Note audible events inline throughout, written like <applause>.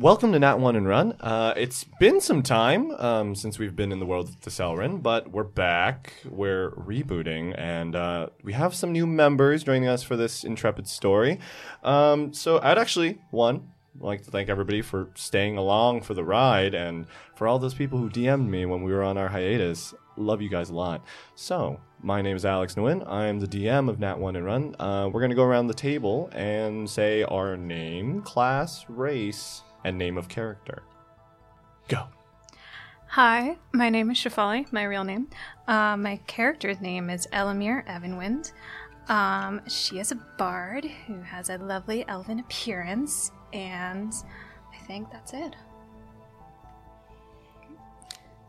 Welcome to Not One and Run. Uh, it's been some time um, since we've been in the world of the Celerin, but we're back. We're rebooting, and uh, we have some new members joining us for this intrepid story. Um, so I'd actually one like to thank everybody for staying along for the ride, and for all those people who DM'd me when we were on our hiatus. Love you guys a lot. So my name is Alex Nguyen. I'm the DM of Nat One and Run. Uh, we're gonna go around the table and say our name, class, race and name of character. Go. Hi, my name is Shafali, my real name. Uh, my character's name is Elamir Evanwind. Um, she is a bard who has a lovely elven appearance, and I think that's it.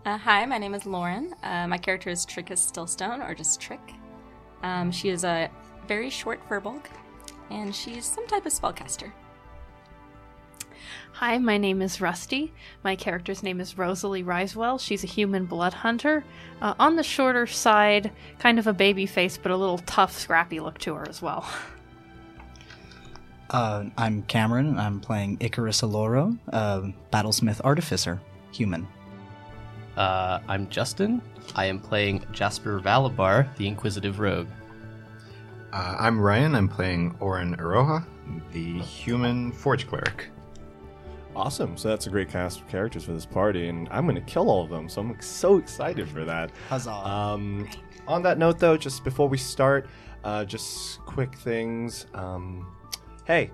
Uh, hi, my name is Lauren. Uh, my character is Trickus Stillstone, or just Trick. Um, she is a very short furbolg, and she's some type of spellcaster. Hi, my name is Rusty. My character's name is Rosalie Risewell. She's a human blood hunter. Uh, on the shorter side, kind of a baby face, but a little tough, scrappy look to her as well. <laughs> Uh, I'm Cameron. I'm playing Icarus Aloro, uh, Battlesmith Artificer, human. Uh, I'm Justin. I am playing Jasper Valabar, the Inquisitive Rogue. Uh, I'm Ryan. I'm playing Oren Aroha, the human forge cleric. Awesome. So that's a great cast of characters for this party, and I'm going to kill all of them. So I'm so excited for that. Huzzah. Um, on that note, though, just before we start, uh, just quick things. Um, hey,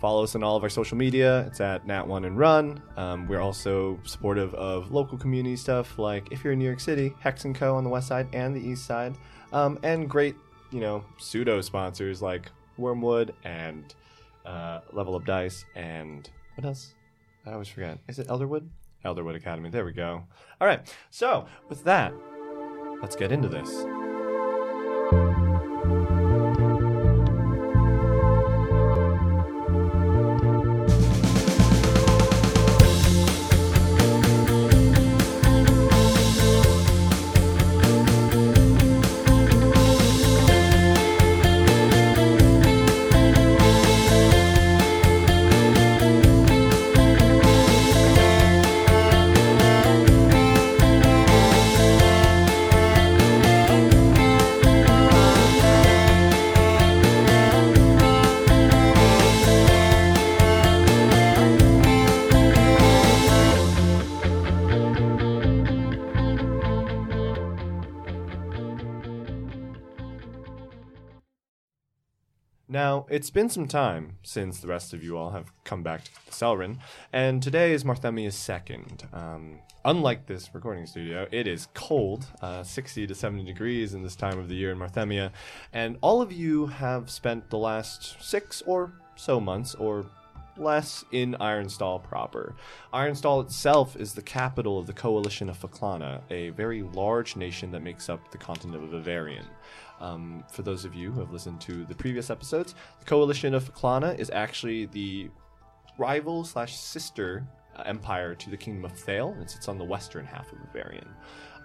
follow us on all of our social media. It's at Nat One and Run. Um, we're also supportive of local community stuff, like if you're in New York City, Hex and Co on the west side and the east side, um, and great, you know, pseudo sponsors like Wormwood and uh, Level Up Dice and what else? I always forget. Is it Elderwood? Elderwood Academy. There we go. All right. So with that, let's get into this. Now, it's been some time since the rest of you all have come back to the Selrin, and today is Marthemia's second. Um, unlike this recording studio, it is cold, uh, 60 to 70 degrees in this time of the year in Marthemia, and all of you have spent the last six or so months, or less, in Ironstall proper. Ironstall itself is the capital of the Coalition of Faklana, a very large nation that makes up the continent of Bavarian. Um, for those of you who have listened to the previous episodes, the Coalition of Faklana is actually the rival slash sister uh, empire to the Kingdom of Thale, and it sits on the western half of Bavarian.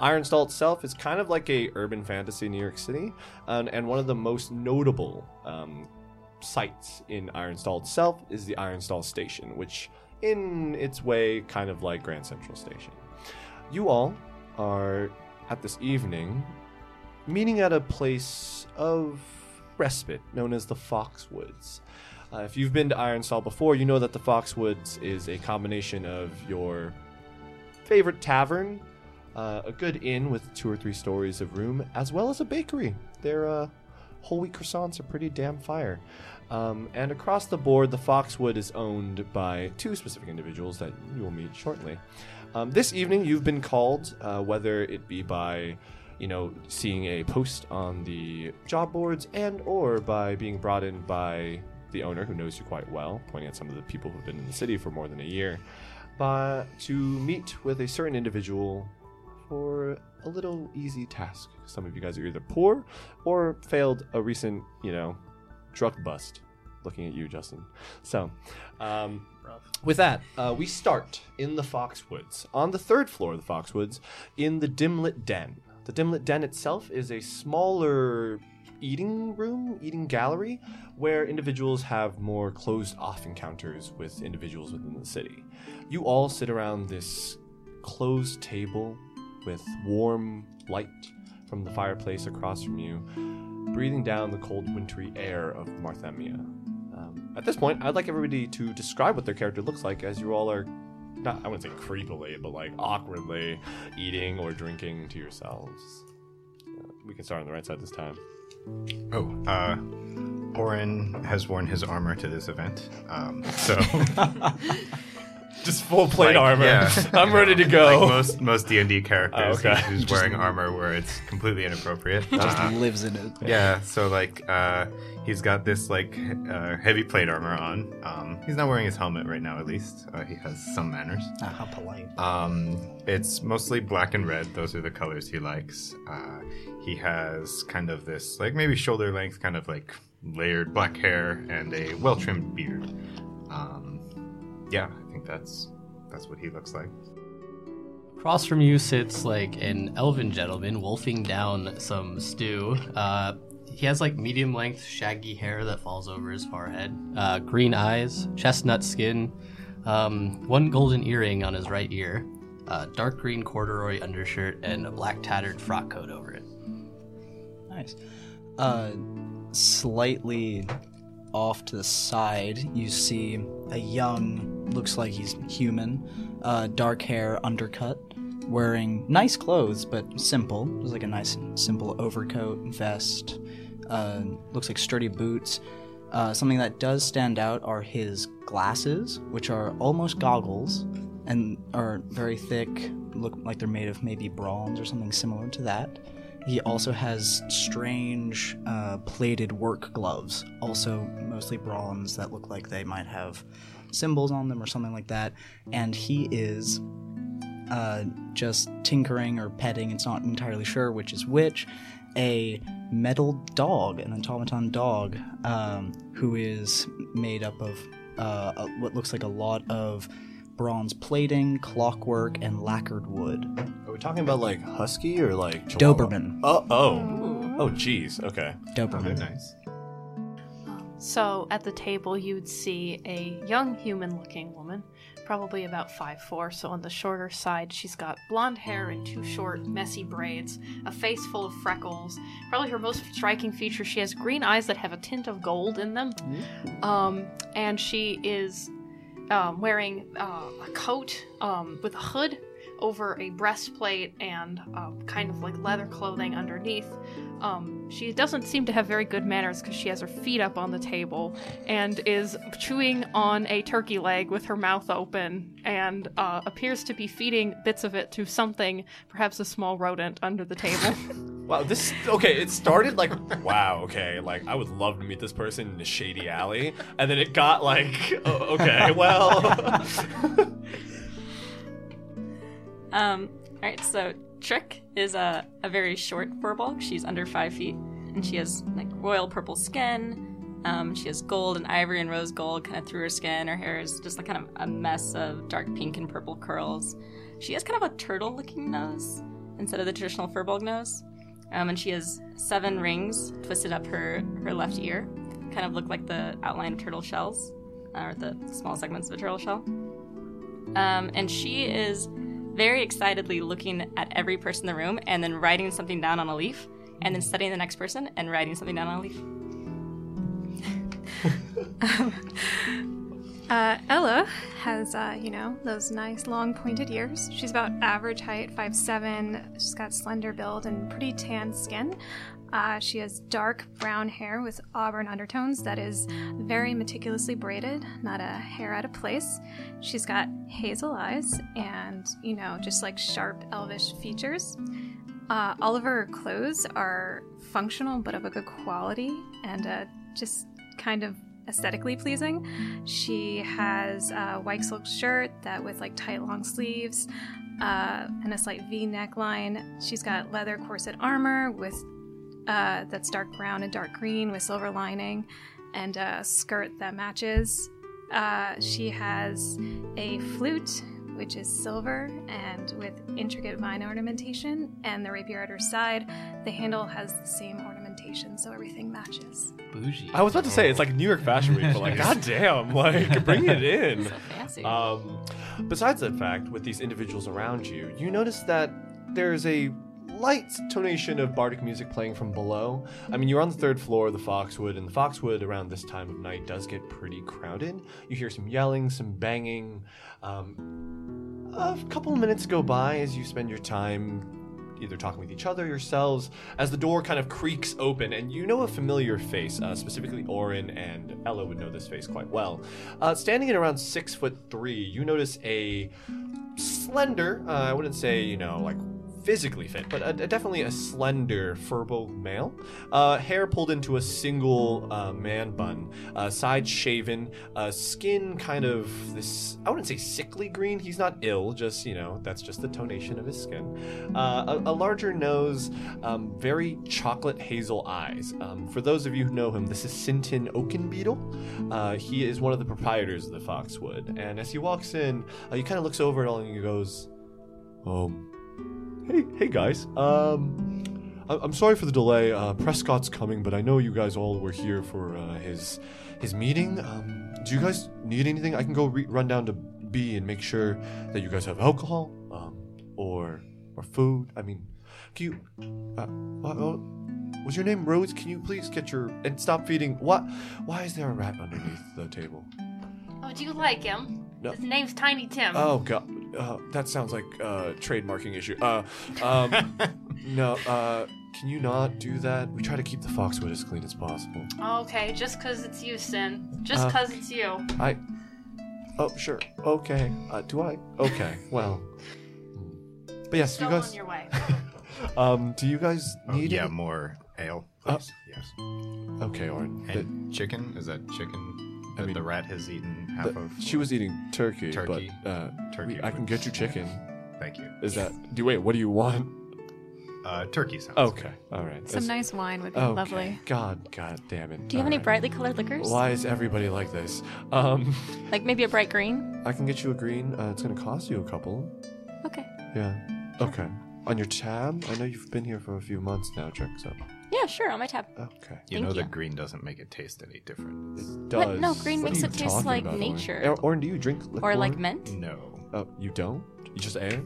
Ironstall itself is kind of like a urban fantasy New York City, and, and one of the most notable um, sites in Ironstall itself is the Ironstall Station, which, in its way, kind of like Grand Central Station. You all are at this evening meeting at a place of respite known as the Foxwoods. Uh, if you've been to Ironstall before, you know that the Foxwoods is a combination of your favorite tavern, uh, a good inn with two or three stories of room, as well as a bakery. Their uh, whole wheat croissants are pretty damn fire. Um, and across the board, the Foxwood is owned by two specific individuals that you will meet shortly. Um, this evening, you've been called, uh, whether it be by you know seeing a post on the job boards and or by being brought in by the owner who knows you quite well pointing at some of the people who've been in the city for more than a year but to meet with a certain individual for a little easy task. Some of you guys are either poor or failed a recent, you know, drug bust. Looking at you, Justin. So, um, with that, uh, we start in the Foxwoods. On the third floor of the Foxwoods, in the Dimlit Den. The Dimlit Den itself is a smaller eating room, eating gallery, where individuals have more closed off encounters with individuals within the city. You all sit around this closed table with warm light from the fireplace across from you, breathing down the cold, wintry air of Marthemia. Um, at this point, I'd like everybody to describe what their character looks like as you all are, not, I wouldn't say creepily, but like awkwardly eating or drinking to yourselves. Uh, we can start on the right side this time. <laughs> Oh, uh, Oren has worn his armor to this event, um, <laughs> so Just full plate like, armor. yeah, <laughs> I'm you know, ready to go. Like most most D and D characters, Oh, okay. who's wearing armor where it's completely inappropriate. Uh, Just lives in it. yeah, so like uh, he's got this like he- uh, heavy plate armor on. Um, he's not wearing his helmet right now, at least. Uh, he has some manners. Ah, how polite. Um, it's mostly black and red. Those are the colors he likes. Uh, he has kind of this, like maybe shoulder length, kind of like layered black hair and a well trimmed beard. Um, yeah, I think that's that's what he looks like. Across from you sits like an elven gentleman wolfing down some stew. Uh, he has like medium length, shaggy hair that falls over his forehead, uh, green eyes, chestnut skin, um, one golden earring on his right ear, uh, dark green corduroy undershirt, and a black tattered frock coat over it. Nice. Uh, slightly off to the side, you see a young, looks like he's human, uh, dark hair, undercut, wearing nice clothes but simple. It's like a nice, simple overcoat, vest. Uh, looks like sturdy boots. Uh, something that does stand out are his glasses, which are almost goggles and are very thick, look like they're made of maybe bronze or something similar to that. He also has strange uh, plated work gloves, also mostly bronze, that look like they might have symbols on them or something like that. And he is uh, just tinkering or petting, it's not entirely sure which is which, a metal dog, an automaton dog, um, who is made up of uh, a- what looks like a lot of bronze plating, clockwork, and lacquered wood. Are we talking about like husky or like Chihuahua? Doberman. Oh, oh, oh, jeez. Okay. Very Doberman. nice. So at the table, you'd see a young human looking woman, probably about 5'4. So on the shorter side, she's got blonde hair and two short, messy braids, a face full of freckles. Probably her most striking feature, she has green eyes that have a tint of gold in them. Um, and she is um, wearing uh, a coat um, with a hood over a breastplate and um, kind of like leather clothing underneath. Um, she doesn't seem to have very good manners because she has her feet up on the table and is chewing on a turkey leg with her mouth open and uh, appears to be feeding bits of it to something, perhaps a small rodent under <laughs> the table. Wow, this okay. It started like wow, okay, like I would love to meet this person in a shady alley, and then it got like oh, <laughs> okay, well, Um, all right, so Trick is a, a very short furbolg. She's under five feet, and she has like royal purple skin. Um, she has gold and ivory and rose gold kind of through her skin. Her hair is just like kind of a mess of dark pink and purple curls. She has kind of a turtle looking nose instead of the traditional furbolg nose. Um, and she has seven rings twisted up her, her left ear, kind of look like the outline of turtle shells, uh, or the small segments of a turtle shell. Um, and she is very excitedly looking at every person in the room and then writing something down on a leaf and then studying the next person and writing something down on a leaf. Uh, Ella has, uh, you know, those nice long pointed ears. She's about average height, 5'7. She's got slender build and pretty tan skin. Uh, she has dark brown hair with auburn undertones that is very meticulously braided, not a hair out of place. She's got hazel eyes and, you know, just like sharp elvish features. Uh, all of her clothes are functional but of a good quality and uh, just kind of aesthetically pleasing. She has a white silk shirt that with like tight long sleeves uh, and a slight V neckline. She's got leather corset armor with uh, that's dark brown and dark green with silver lining and a skirt that matches. Uh, she has a flute which is silver and with intricate vine ornamentation and the rapier at her side. The handle has the same ornamentation vacation, so everything matches. Bougie. I was about to say it's like New York Fashion Week, <laughs> but like, goddamn, like bring it in. So fancy. Uh, Um, besides that fact, with these individuals around you, you notice that there's a light tonation of bardic music playing from below. I mean, you're on the third floor of the Foxwood, and the Foxwood around this time of night does get pretty crowded. You hear some yelling, some banging. Um, a couple minutes go by as you spend your time either talking with each other, yourselves, as the door kind of creaks open, and you know a familiar face. Uh, specifically, Orin and Ella would know this face quite well. Uh, standing at around six foot three, you notice a slender. Uh, I wouldn't say you know like physically fit, but a, a- definitely a slender furball male. Uh, hair pulled into a single uh, man bun, uh, side shaven, uh, skin kind of this. I wouldn't say sickly green. He's not ill. Just you know that's just the tonation of his skin. Uh, a, a larger nose, um, very chocolate hazel eyes. Um, for those of you who know him, this is Sintin Oakenbeetle. Uh, he is one of the proprietors of the Foxwood, and as he walks in, uh, he kind of looks over at all and he goes, um. Hey, hey guys. Um, I- I'm sorry for the delay. Uh, Prescott's coming, but I know you guys all were here for uh, his his meeting. Um, do you guys need anything? I can go re- run down to B and make sure that you guys have alcohol, um, or or food. I mean, can you? Uh, what, what- was your name Rose? Can you please get your and stop feeding? What? Why is there a rat underneath the table? Oh, do you like him? No. His name's Tiny Tim. Oh god, uh, that sounds like a trademarking issue. Uh, <laughs> um, no, uh, can you not do that? We try to keep the foxwood as clean as possible. Okay, just 'cause it's you, Sin. Just Uh, 'cause it's you. I. Oh sure, okay. Uh, do I? Okay, well. But yes, Go you guys. on your way. um, do you guys Oh, need? yeah, any- more ale, Uh, please. yes. Okay, Orin. the- And chicken? Is that chicken I that mean, the rat has eaten Uh, the- half of? she was eating turkey, Turkey. but uh, Turkey we- I can with- get you chicken. Thank you. Is that? Do wait. What do you want? Uh, turkey sounds Okay. All right. Some that's- nice wine Uh, would be okay. lovely. God, God damn it. Do you have any All right. brightly colored liquors? Why is everybody like this? Um, Like maybe a bright green? I can get you a green. Uh, it's gonna cost you a couple. Okay. Yeah. Okay. On your tab. I know you've been here for a few months now, Trick. So. Yeah, sure, on my tab. Okay. You Thank know you. that green doesn't make it taste any different. It What? does. No, green What are makes you it taste talking like about, Orin? nature. Or, Orin, do you drink liquor? Or like mint? No. Oh, you don't. You just air.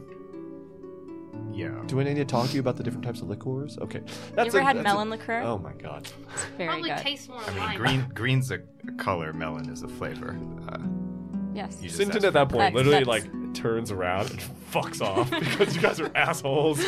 Yeah. Do I need to talk to you about the different types of liquors? Okay. You ever a- had that's a- melon liqueur? Oh my god. It's very Probably good. tastes more I like mean, lime. green green's a a color, melon is a flavor. Uh, yes. you just Sinton asked at that for- point That's- literally that's- like turns around and fucks off <laughs> because you guys are assholes.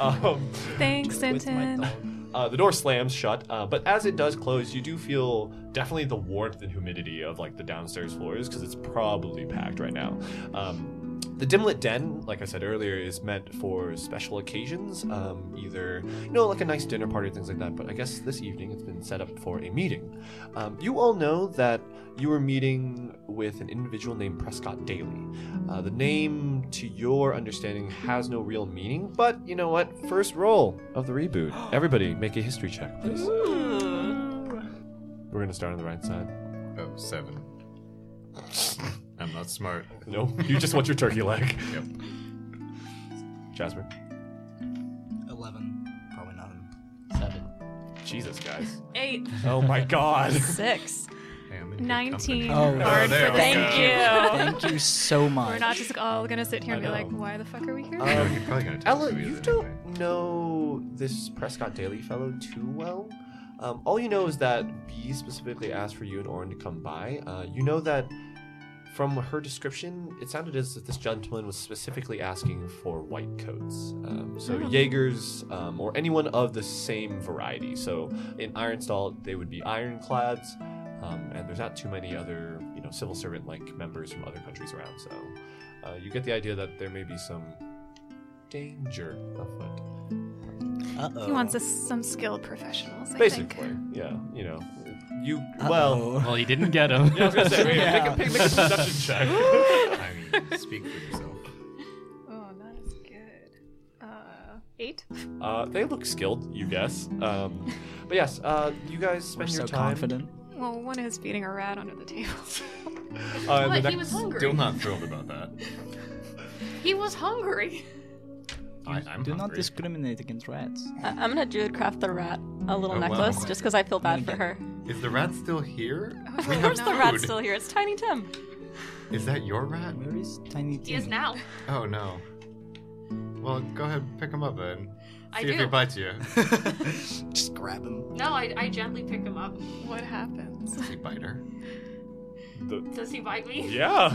Um, Thanks, With my Sinton. dog. Uh, the door slams shut, uh, but as it does close, you do feel definitely the warmth and humidity of like the downstairs floors because it's probably packed right now. Um, the dimlit den, like I said earlier, is meant for special occasions, um, either you know like a nice dinner party, things like that. But I guess this evening it's been set up for a meeting. Um, you all know that you were meeting with an individual named Prescott Daly. Uh, the name, to your understanding, has no real meaning, but you know what? First roll of the <gasps> reboot. Everybody, make a history check, please. We're gonna start on the right side. Oh, <laughs> seven. I'm not smart. No, you just want your turkey <laughs> leg. Yep. Jasper. 11. Probably not. Seven. Jesus, guys. Eight. Oh my god. Six. Hey, I'm in good Nineteen. Oh, Oh, Hard there for we the go. <laughs> thank you. Thank you so much. We're not just all gonna sit here and I be like, know. why the fuck are we here? Uh, company. Um, You know, you're probably gonna tell us Ella, who he you is don't anyway. know this Prescott Daily fellow too well. Um, all you know is that B specifically asked for you and Orin to come by. Uh, you know that from her description, it sounded as if this gentleman was specifically asking for white coats. Um, so Jaegers um, or anyone of the same variety. So in Ironstall, they would be ironclads, um, and there's not too many other you know civil servant like members from other countries around. So uh, you get the idea that there may be some danger afoot. Uh-oh. He wants us some skilled professionals. I Basically, Think. yeah. You know, you well. <laughs> Uh-oh. Well, you didn't get him. I was gonna say, wait, Yeah. make, a, make a <laughs> perception check. I mean, speak for <laughs> yourself. Oh, that is good. Uh, eight. uh, they look skilled, you guess. Um, but yes, uh, you guys We're spend your so time. confident. Well, one is beating a rat under the table. <laughs> Uh, and the But he next- was hungry. Still not thrilled about that. He was hungry. I, I'm Do not hungry. discriminate against rats. Uh, I- I'm gonna druidcraft the rat. a little Oh, wow. necklace just because I feel bad for her. Is the rat still <laughs> here? Of course, the rat's still here. It's Tiny Tim. Is that your rat? Where is Tiny He is Tim? now. Oh no. Well, go ahead, pick him up then. I See if do. he bites you. Just grab him. No, I, I gently pick him up. What happens? Does he bite her? Does he bite me? Yeah.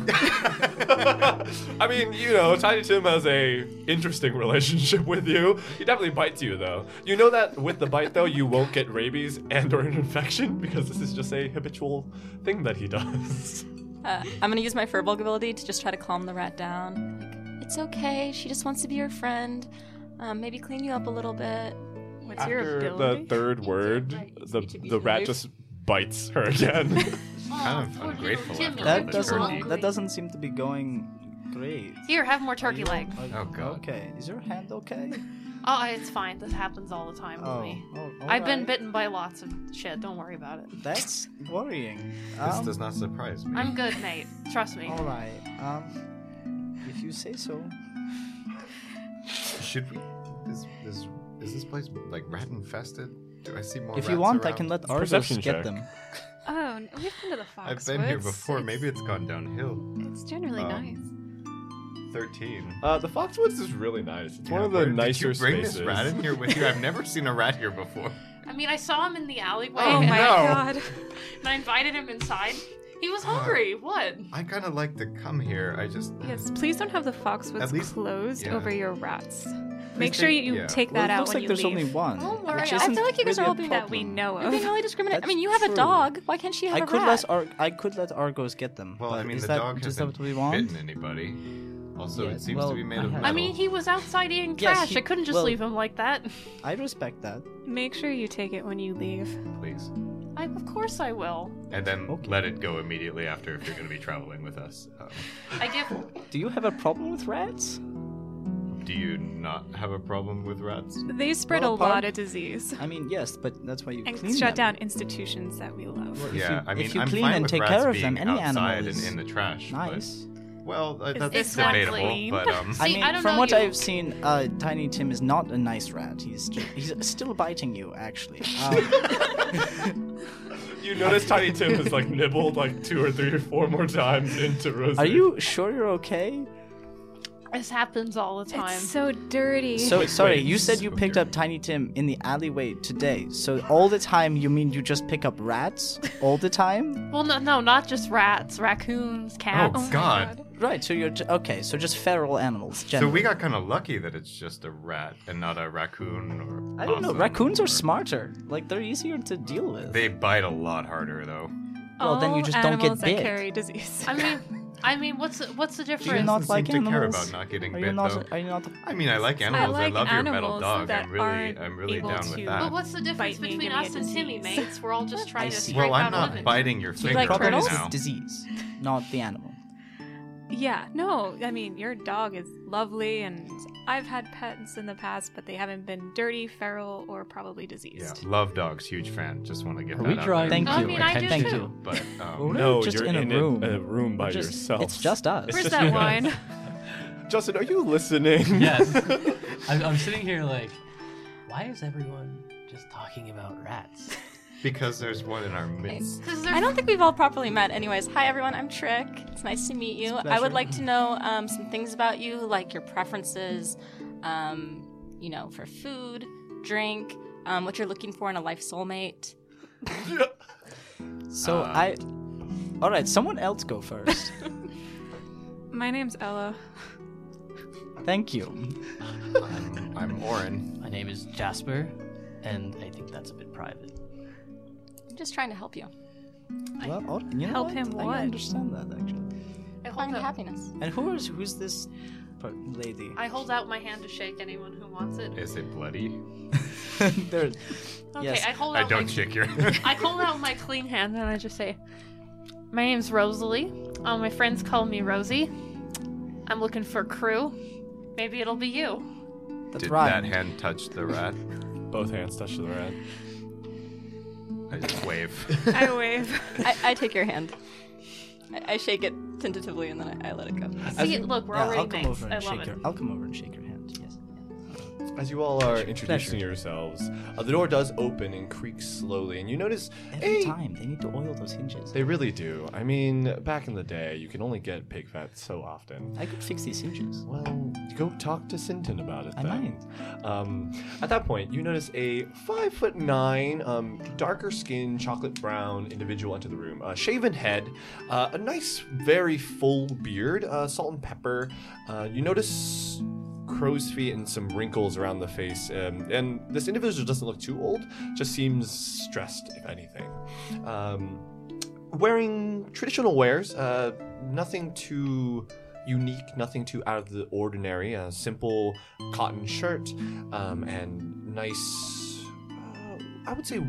<laughs> I mean, you know, Tiny Tim has a interesting relationship with you. He definitely bites you though. You know that with the bite though, you won't get rabies and or an infection because this is just a habitual thing that he does. Uh, I'm gonna use my furball ability to just try to calm the rat down. Like, it's okay. She just wants to be your friend. Um, maybe clean you up a little bit. What's your the ability? third word, the the rat just bites her <laughs> again. Kind of ungrateful after all That But turkey. doesn't. That doesn't seem to be going great. Here, have more turkey leg. Are you Oh, God. Okay. Is your hand okay? Oh, it's fine. This happens all the time with me. oh, I've been alright. bitten by lots of shit. Don't worry about it. That's worrying. This Um, does not surprise me. I'm good, mate. Trust me. All right. Um, if you say so. Should we? Is, is, is this place like rat infested? Do I see more? If you rats want, I around? can let a Argos perception get check. them. Oh, no, we've been to the fox. I've been here woods. before. It's- Maybe it's gone downhill. it's generally um, Uh, nice. Thirteen. Uh, the Foxwoods is really nice. It's one of Yeah, the where- nicer Did you bring spaces. this rat in here with you? <laughs> I've never seen a rat here before. I mean, I saw him in the alleyway Oh, and, my I, God. and I invited him inside. He was hungry. What? I kind of like to come here. I just Yes, please don't have <laughs> the foxwoods At least- closed yeah. over your rats. Make sure they- you yeah. take Well, that it out looks when like you there's leave. only one. Don't which worry, I feel isn't like you guys really are all a being that we problem. know You're of. being really discriminatory. I That's mean, you have true. a dog. Why can't she have I a could rat? let Ar- I could let Argos get them. Well, I but mean, is the that, dog is that what hasn't we want? bitten anybody. Also, Yeah, it seems well, to be made of I metal. I mean, he was outside eating Yes, trash. he- I couldn't just well- leave him like that. I respect that. Make sure you take it when you leave. please. I, of course I will. And then Okay. let it go immediately after if you're going to be traveling with us. Um, I give. Do you have a problem with rats? do you not have a problem with rats? They spread Well, a part- lot of disease I mean, yes, but that's why you and clean shut them. down institutions that we love. Well, yeah, if you, I mean, if you I'm clean fine and with take rats care of being them, any outside animal and is in the trash. but- nice. well, uh, that's it's not debatable, clean. but um, I See, mean, I don't from know what you. I've seen, uh, Tiny Tim is not a nice rat. He's ju- he's still biting you, <laughs> actually. Um, You notice Tiny Tim has like nibbled like two or three or four more times into Rosie. are you sure you're okay? This happens all the time. It's so dirty. So sorry, you said you so picked up Tiny Tim in the alleyway today. So all the time, you mean you just pick up rats all the time? well, no, no, not just rats, raccoons, oh, cats. God. Right. So you're j- okay. So just feral animals. So Generally. we got kind of lucky that it's just a rat and not a raccoon or. I don't know. possum Raccoons are or- smarter. Like they're easier to deal with. They bite a lot harder though. well, then you All just don't get animals that bit. carry disease. <laughs> I mean, I mean, what's the, what's the Do you difference? not Doesn't like seem to animals? care about not getting are you bit, not? though. Are you not? I mean, I like animals. I, like love your metal animals dog. that I'm really, aren't I'm really able down with to- that. But what's the difference Bite me and between give me us a and Timmy, disease. <laughs> mates? We're all just trying to see. scrape well, I'm out a not living. biting your So the finger like problem right turtles? is now. disease, not the animal. Yeah, no, I mean, your dog is lovely, and I've had pets in the past, but they haven't been dirty, feral, or probably Yeah, diseased. love dogs. Huge fan. Just want to get Are that we out drawing there. Thank I you. mean, I do Thank too. you. <laughs> But We're um, No, just you're in a room. A, room by We're just- yourself. It's just us. Where's that wine? <laughs> Justin, are you listening? <laughs> Yes. I'm, I'm sitting here like, why is everyone just talking about rats? because there's one in our midst. 'Cause I they're- don't think we've all properly met. Anyways, hi everyone. I'm Trick. It's nice to meet you. I would pleasure. like to know um, some things about you, like your preferences, um, you know, for food, drink, um, what you're looking for in a life soulmate. So Uh, I. All right, someone else go first. My name's Ella. Thank you. I'm, I'm Oren. My name is Jasper, and I think that's a bit private. I'm just trying to help you. Well, all- you know Help what? him I what? understand that actually. I hold Find up. <laughs> happiness. And who is who's this per- lady? I hold out my hand to shake anyone who wants it. Is it bloody? <laughs> there, Okay, yes. I hold I out. don't my, <laughs> shake your. I hold out my clean hand and I just say, "My name's Rosalie. Uh, my friends call me Rosie. I'm looking for crew. Maybe it'll be you." that's Did right. that hand touch the rat? Both hands touch the rat. I just wave. <laughs> I wave. I, I take your hand. I, I shake it tentatively and then I, I let it go. See, look, we're Yeah, already I'll come mates. over and I shake love it. your. I'll come over and shake your hand. Yes. As you all are introducing yourselves, uh, the door does open and creaks slowly, and you notice Every a- time they need to oil those hinges. They really do. I mean, back in the day, you can only get pig fat so often. I could fix these hinges. Well, go talk to Sinton about it. I Then. Um, at that point, you notice a five foot nine, um, darker skin, chocolate brown individual enter the room. A shaven head, uh, a nice, very full beard, uh, salt and pepper. Uh, you notice crow's feet and some wrinkles around the face. Um, and this individual doesn't look too old; just seems stressed, if anything. Um, wearing traditional wares, uh, nothing too unique, nothing too out of the ordinary. A simple cotton shirt um, and nice, uh, I would say,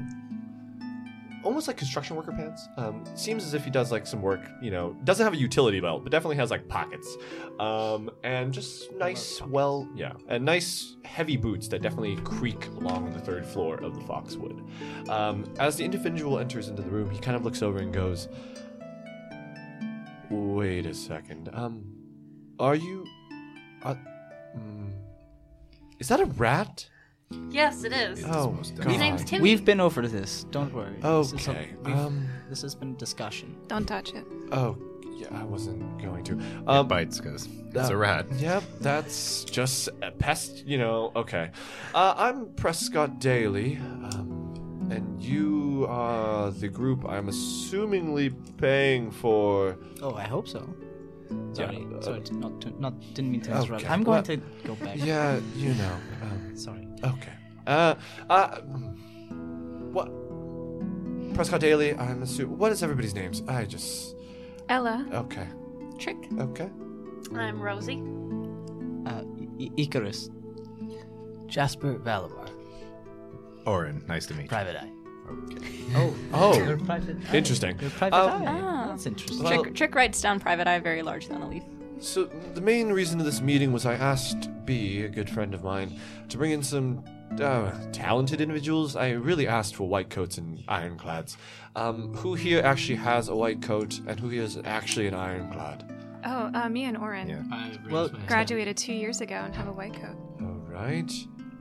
almost like construction worker pants. Um, seems as if he does like some work, you know, doesn't have a utility belt, but definitely has like pockets. Um, and just nice, well, yeah, and nice heavy boots that definitely creak along the third floor of the Foxwood. Um, as the individual enters into the room, he kind of looks over and goes, "Wait a second. Um, are you? Uh, mm, is that a rat? Yes, it is. It's Oh, most God. His name's Timmy. We've been over this. Don't worry. This is a- Okay. we've- Um. this has been discussion. Don't touch it. Oh, yeah. I wasn't going to. It Um, bites because it's Oh. uh, a rat. Yep, that's just a pest, you know. Okay. Uh, I'm Prescott Daly, um, and you are the group I'm assumingly paying for. Oh, I hope so. Sorry, uh, sorry, t- not to, not didn't mean to interrupt. Okay, I'm going well- to go back. Yeah, you know. Um, Sorry. okay. Uh, uh, mm, what? Prescott Daly, I'm assuming. What is everybody's names? I just. Ella, Okay. Trick. Okay. I'm Rosie. Uh, I- I- Icarus. Jasper Valomar, Orin, nice to meet you. Private Eye. Oh, Oh, private. interesting. Your private Um, eye. Ah. That's interesting. Well- Trick, Trick writes down Private Eye very largely on a leaf. So the main reason of this meeting was I asked B, a good friend of mine, to bring in some uh, talented individuals. I really asked for white coats and ironclads. Um, who here actually has a white coat, and who here is actually an ironclad? Oh, uh, me and Oren Yeah. Well, graduated two years ago and have a white coat. All right.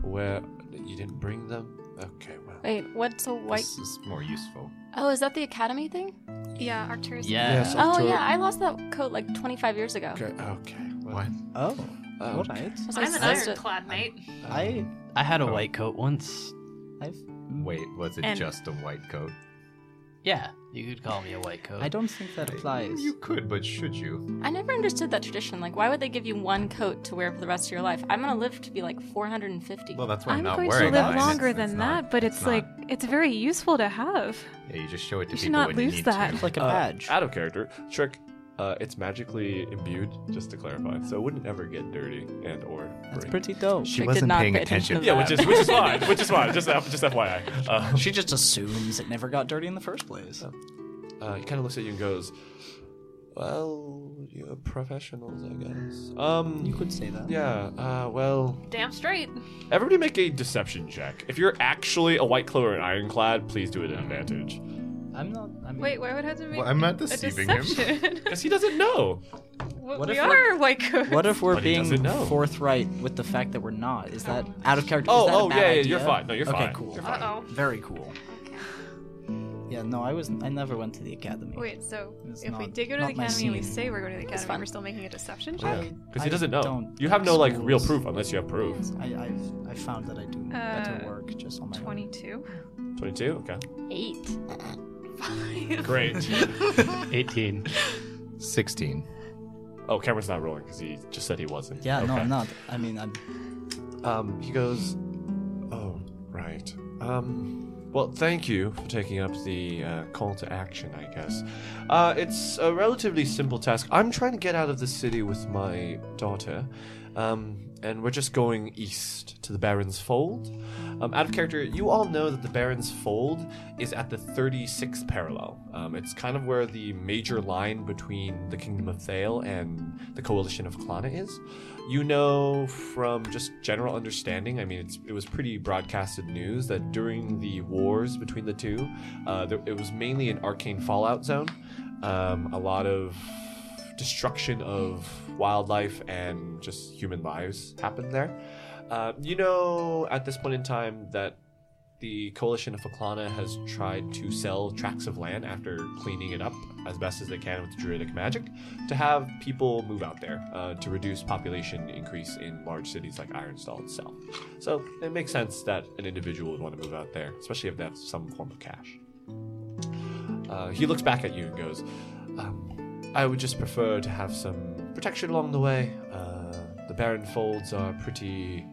Where you didn't bring them? Okay. Well. Wait, what's a white? This is more useful. Oh, is that the academy thing? Yeah, Arcturus. Yeah. Yes. Oh Octo- yeah, I lost that coat like 25 years ago. Okay. Okay. Well, What? Oh, um, all right. Was I I'm an supposed to- ironclad mate. I, I had a Oh. white coat once. I've. mm, Wait, was it And- just a white coat? Yeah, you could call me a white coat. I don't think that applies. You could, but should you? I never understood that tradition. Like, why would they give you one coat to wear for the rest of your life? I'm gonna live to be like 450. Well, that's why I'm, I'm not going to wearing live mine. longer It's- it's than not- that, but it's, not- like it's very useful to have. yeah, you just show it to you should people not when lose you need that. It's to. like a uh, badge. Out of character trick. Uh, it's magically imbued, just to clarify, so it wouldn't ever get dirty and or. That's break. pretty dope. She Trick did wasn't not paying pay attention. to Yeah, that. which is which <laughs> is fine, which is fine. Just F- just FYI. Um, She just assumes it never got dirty in the first place. Uh, he kind of looks at you and goes, "Well, you're professionals, I guess." Um, You could say that. yeah. Uh, well, Damn straight. everybody make a deception check. If you're actually a white cloak or an ironclad, please do it at advantage, I'm not. I mean, Wait, why would I have to make Well, I'm not <laughs> a deceiving him. <laughs> deception? because he doesn't know. What we if are white <laughs> coats. What if we're But he doesn't being know. forthright with the fact that we're not? Is that out of character? Oh, Is that a oh, bad yeah, yeah, idea? you're fine. No, you're okay, fine. cool. You're fine. Uh oh. Very cool. Yeah, no, I was. I never went to the academy. Wait, so It's if we not- did go to the not my academy and we scene. say we're going to the That's academy, fine. we're still making a deception check? I- Because I he doesn't know. don't You have no like real schools. proof unless you have proof. I, I've I found that I do better Uh, work just on my own. 22. Twenty-two. Okay. <laughs> Eight. Great. 18. 16. oh, Cameron's not rolling because he just said he wasn't. Yeah, no, Okay. I'm not. I mean, I'm. Um, he goes, Oh, right. Um, well, thank you for taking up the uh, call to action, I guess. Uh, it's a relatively simple task. I'm trying to get out of the city with my daughter, um, and we're just going east to the Baron's Fold. Um, out of character, you all know that the Baron's Fold is at the 36th parallel. Um, it's kind of where the major line between the Kingdom of Thale and the Coalition of Klana is. You know from just general understanding, I mean, it's, it was pretty broadcasted news that during the wars between the two, uh, there, it was mainly an arcane fallout zone. Um, a lot of destruction of wildlife and just human lives happened there. Uh, you know, at this point in time, that the coalition of Faklana has tried to sell tracts of land after cleaning it up as best as they can with druidic magic to have people move out there uh, to reduce population increase in large cities like Ironstall itself. So it makes sense that an individual would want to move out there, especially if they have some form of cash. Uh, he looks back at you and goes, um, I would just prefer to have some protection along the way. Uh, the barren folds are pretty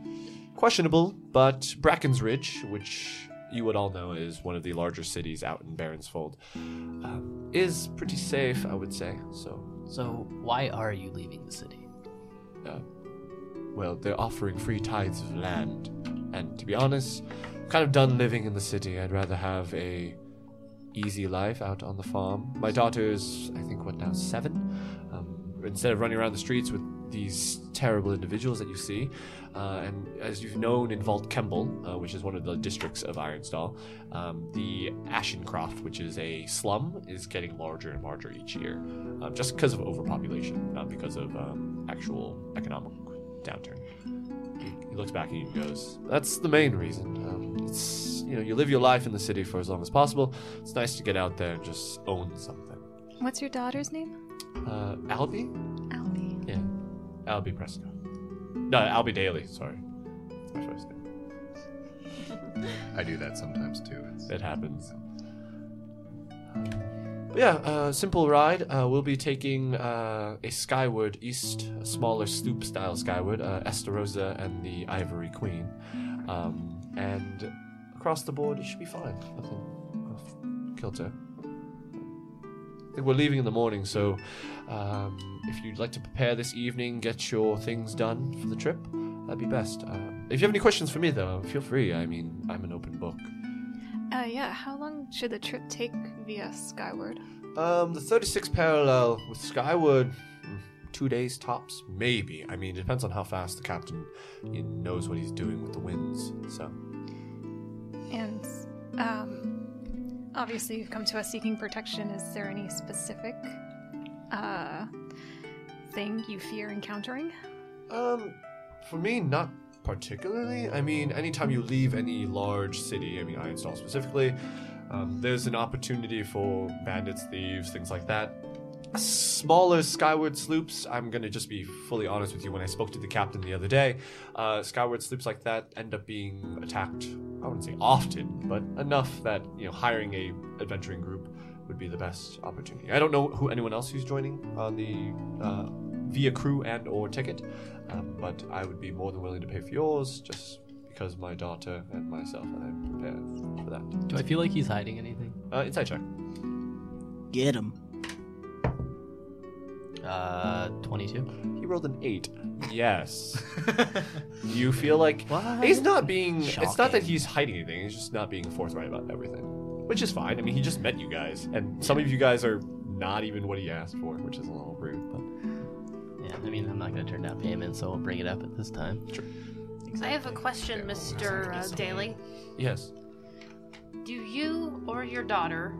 questionable, but Bracken's Ridge, which you would all know is one of the larger cities out in Barren's Fold, um, is pretty safe, I would say. So, So, why are you leaving the city? well, they're offering free tithes of land. And to be honest, I'm kind of done living in the city. I'd rather have a easy life out on the farm. My daughter's, I think, what now, seven? Um, instead of running around the streets with these terrible individuals that you see, uh, and as you've known in Vault Kemble, uh, which is one of the districts of Ironstall, um, the Ashencroft, which is a slum, is getting larger and larger each year, um, just because of overpopulation, not because of um, actual economic downturn. He, he looks back at you and goes, "That's the main reason. Um, it's you know you live your life in the city for as long as possible. It's nice to get out there and just own something." What's your daughter's name? Uh, Albie? Albie. Yeah. Albie Prescott. No, Albie Daly, sorry. That's my first name. I do that sometimes too. It's, It happens. But yeah, uh, simple ride. Uh, we'll be taking uh, a skyward east, a smaller sloop style skyward, uh, Esterosa and the Ivory Queen. Um, and across the board, it should be fine. Nothing off kilter. I think we're leaving in the morning, so um, if you'd like to prepare this evening, get your things done for the trip, that'd be best. Uh, if you have any questions for me, though, feel free. I mean, I'm an open book. Uh, yeah. How long should the trip take via Skyward? Um, the 36th parallel with Skyward, mm, two days tops, maybe. I mean, it depends on how fast the captain you know, knows what he's doing with the winds. So, And um, obviously, you've come to us seeking protection. Is there any specific uh, thing you fear encountering? um, for me, not particularly. I mean, anytime you leave any large city, I mean, Ironstall specifically, um, there's an opportunity for bandits, thieves, things like that. smaller Skyward sloops, I'm going to just be fully honest with you. When I spoke to the captain the other day, uh, Skyward sloops like that end up being attacked, I wouldn't say often, but enough that, you know, hiring a adventuring group would be the best opportunity. I don't know who anyone else who's joining on the uh, via crew and or ticket, um, but I would be more than willing to pay for yours just because my daughter and myself and I'm prepared for that. Do I feel like he's hiding anything? Uh, inside check. Get him. Uh, 22. He rolled an eight. <laughs> Yes. you feel like he's not being. It's not that Shocking. he's hiding anything. He's just not being forthright about everything, which is fine. I mean, he just met you guys, and some of you guys are not even what he asked for, which is a little rude. But Yeah, I mean, I'm not going to turn down payment, so I'll bring it up at this time. I have a question, Mr. Uh, Daly. yes, Do you or your daughter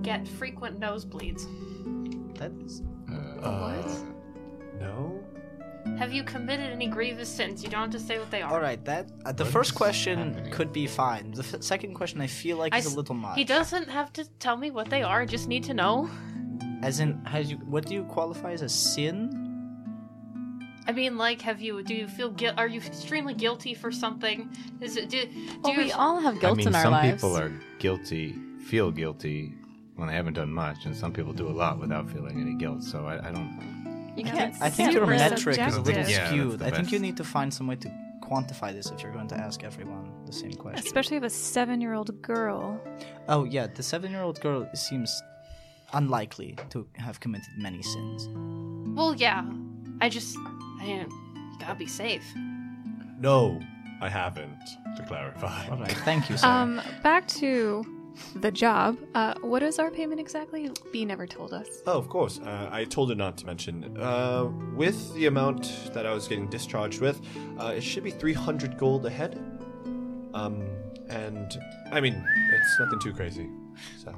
get frequent nosebleeds? That's no. Have you committed any grievous sins? You don't have to say what they are. all right. That uh, the What first is question happening? could be fine. The f- second question I feel like I is a s- little much. He doesn't have to tell me what they are. I just need to know. As in, has you? What do you qualify as a sin? I mean, like, have you? Do you feel guilt? Are you extremely guilty for something? Is it? Do, do Well, you? we all have guilt I mean, in our some lives. people are guilty, feel guilty when they haven't done much, and some people do a lot without feeling any guilt. So I, I don't. You Yeah, can't it's I think super your you're metric is a subjective. little Yeah, that's skewed. the I think you best. need to find some way to quantify this if you're going to ask everyone the same question. Especially of a seven-year-old girl. Oh yeah, the seven-year-old girl seems unlikely to have committed many sins. Well, yeah. I just. I didn't. You gotta be safe. No, I haven't. To clarify. All right, thank you, sir. Um, back to the job. Uh, what is our payment exactly? B never told us. Oh, of course. Uh, I told her not to mention. Uh, with the amount that I was getting discharged with, uh, it should be 300 gold a head. Um, and I mean, it's nothing too crazy. So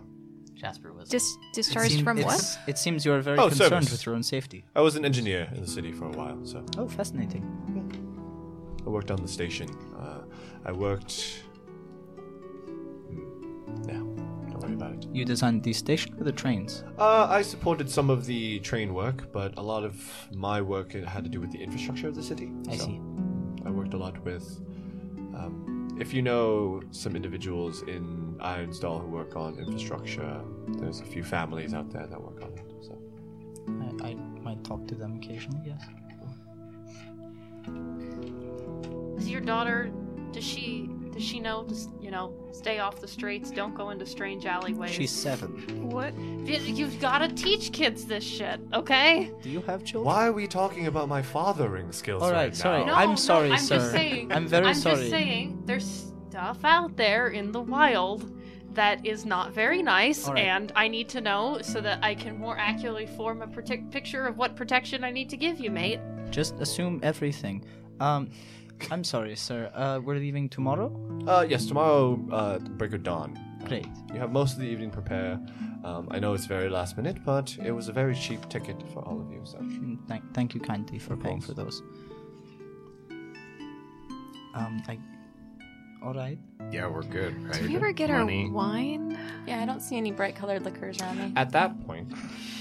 Jasper was. Dis- It discharged seem- from what? it's- It seems you are very Oh, concerned service. with your own safety. I was an engineer in the city for a while. So Oh, fascinating. I worked on the station. Uh, I worked. Hmm. Yeah, don't worry about it. You designed the station or the trains? Uh, I supported some of the train work, but a lot of my work it had to do with the infrastructure of the city. I So see. I worked a lot with. Um, if you know some individuals in Ironsdale who work on infrastructure, there's a few families out there that work on it. So. I, I might talk to them occasionally, yes. Is your daughter? Does she? Does she know? Just you know, stay off the streets. Don't go into strange alleyways. She's seven. what? You- You've got to teach kids this shit, okay? Do you have children? Why are we talking about my fathering skills All right, right, sorry. now? I'm sorry, I'm sir. just saying. I'm very I'm sorry. just saying. There's stuff out there in the wild that is not very nice, All right. and I need to know so that I can more accurately form a protect picture of what protection I need to give you, mate. Just assume everything. Um, I'm sorry, sir. Uh, we're leaving tomorrow. Uh, yes, tomorrow, uh, break of dawn. Great. You have most of the evening prepare. Um, I know it's very last minute, but it was a very cheap ticket for all of you. So Mm, Thank, thank you kindly for paying for those. Um, I. All right. Yeah, we're good, right? Did we ever get Money. our wine? Yeah, I don't see any bright colored liquors around me. at that point,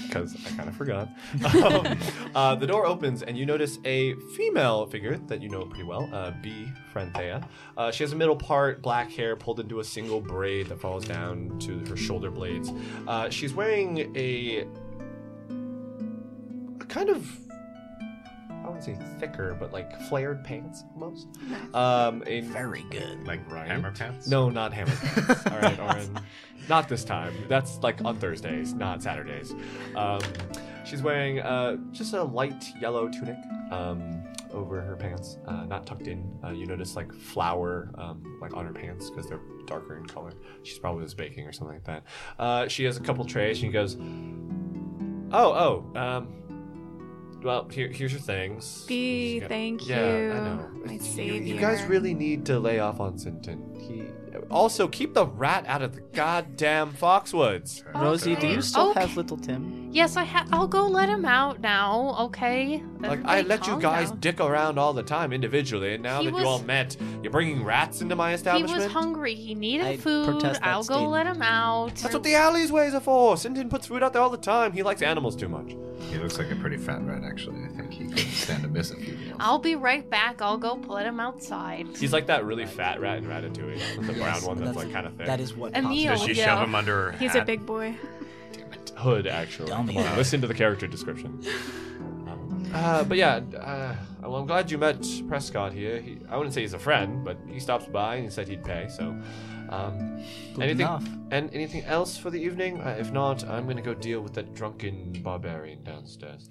because I kind of forgot, <laughs> um, uh, the door opens and you notice a female figure that you know pretty well, uh, B. Franthea. Uh, she has a middle part, black hair pulled into a single braid that falls down to her shoulder blades. Uh, she's wearing a a kind of I wouldn't say thicker, but like flared pants almost. Um, a Very good. Like Right. hammer pants? No, <laughs> not hammer pants. All right, Oren. Not this time. That's like on Thursdays, not Saturdays. Um, she's wearing uh, just a light yellow tunic um, over her pants, uh, not tucked in. Uh, you notice like flour um, like on her pants because they're darker in color. She's probably was baking or something like that. Uh, she has a couple trays and she goes, "Oh, oh, um, well, here, here's your things." Bee, She's got- thank yeah, you, I know. my It's- you, you guys savior. really need to lay off on Sinton. He also keep the rat out of the goddamn foxwoods. Oh, Rosie, do Okay. you still Okay. have little Tim? Yes, I ha- I'll go let him out now. Okay. Like Everybody I let you calm guys down. dick around all the time individually, and now He that was- you all met, you're bringing rats into my He establishment. was hungry. He needed I food. protest that I'll go statement. let him out. That's what the alleyways are for. Sinton puts food out there all the time. He likes animals too much. He looks like a pretty fat rat, actually. I think he could stand to miss a few meals. I'll be right back. I'll go let him outside. He's like that really fat rat in Ratatouille, the brown one that's, like kind of thick. That is what. A meal. Does she yeah. shove him under her He's a hat? big boy. hood actually. Dumb Come on, hood. listen to the character description. Um, uh, but yeah, uh, well, I'm glad you met Prescott here. He, I wouldn't say he's a friend, but he stopped by and he said he'd pay. So, um, Good anything enough. and anything else for the evening? Uh, if not, I'm gonna go deal with that drunken barbarian downstairs.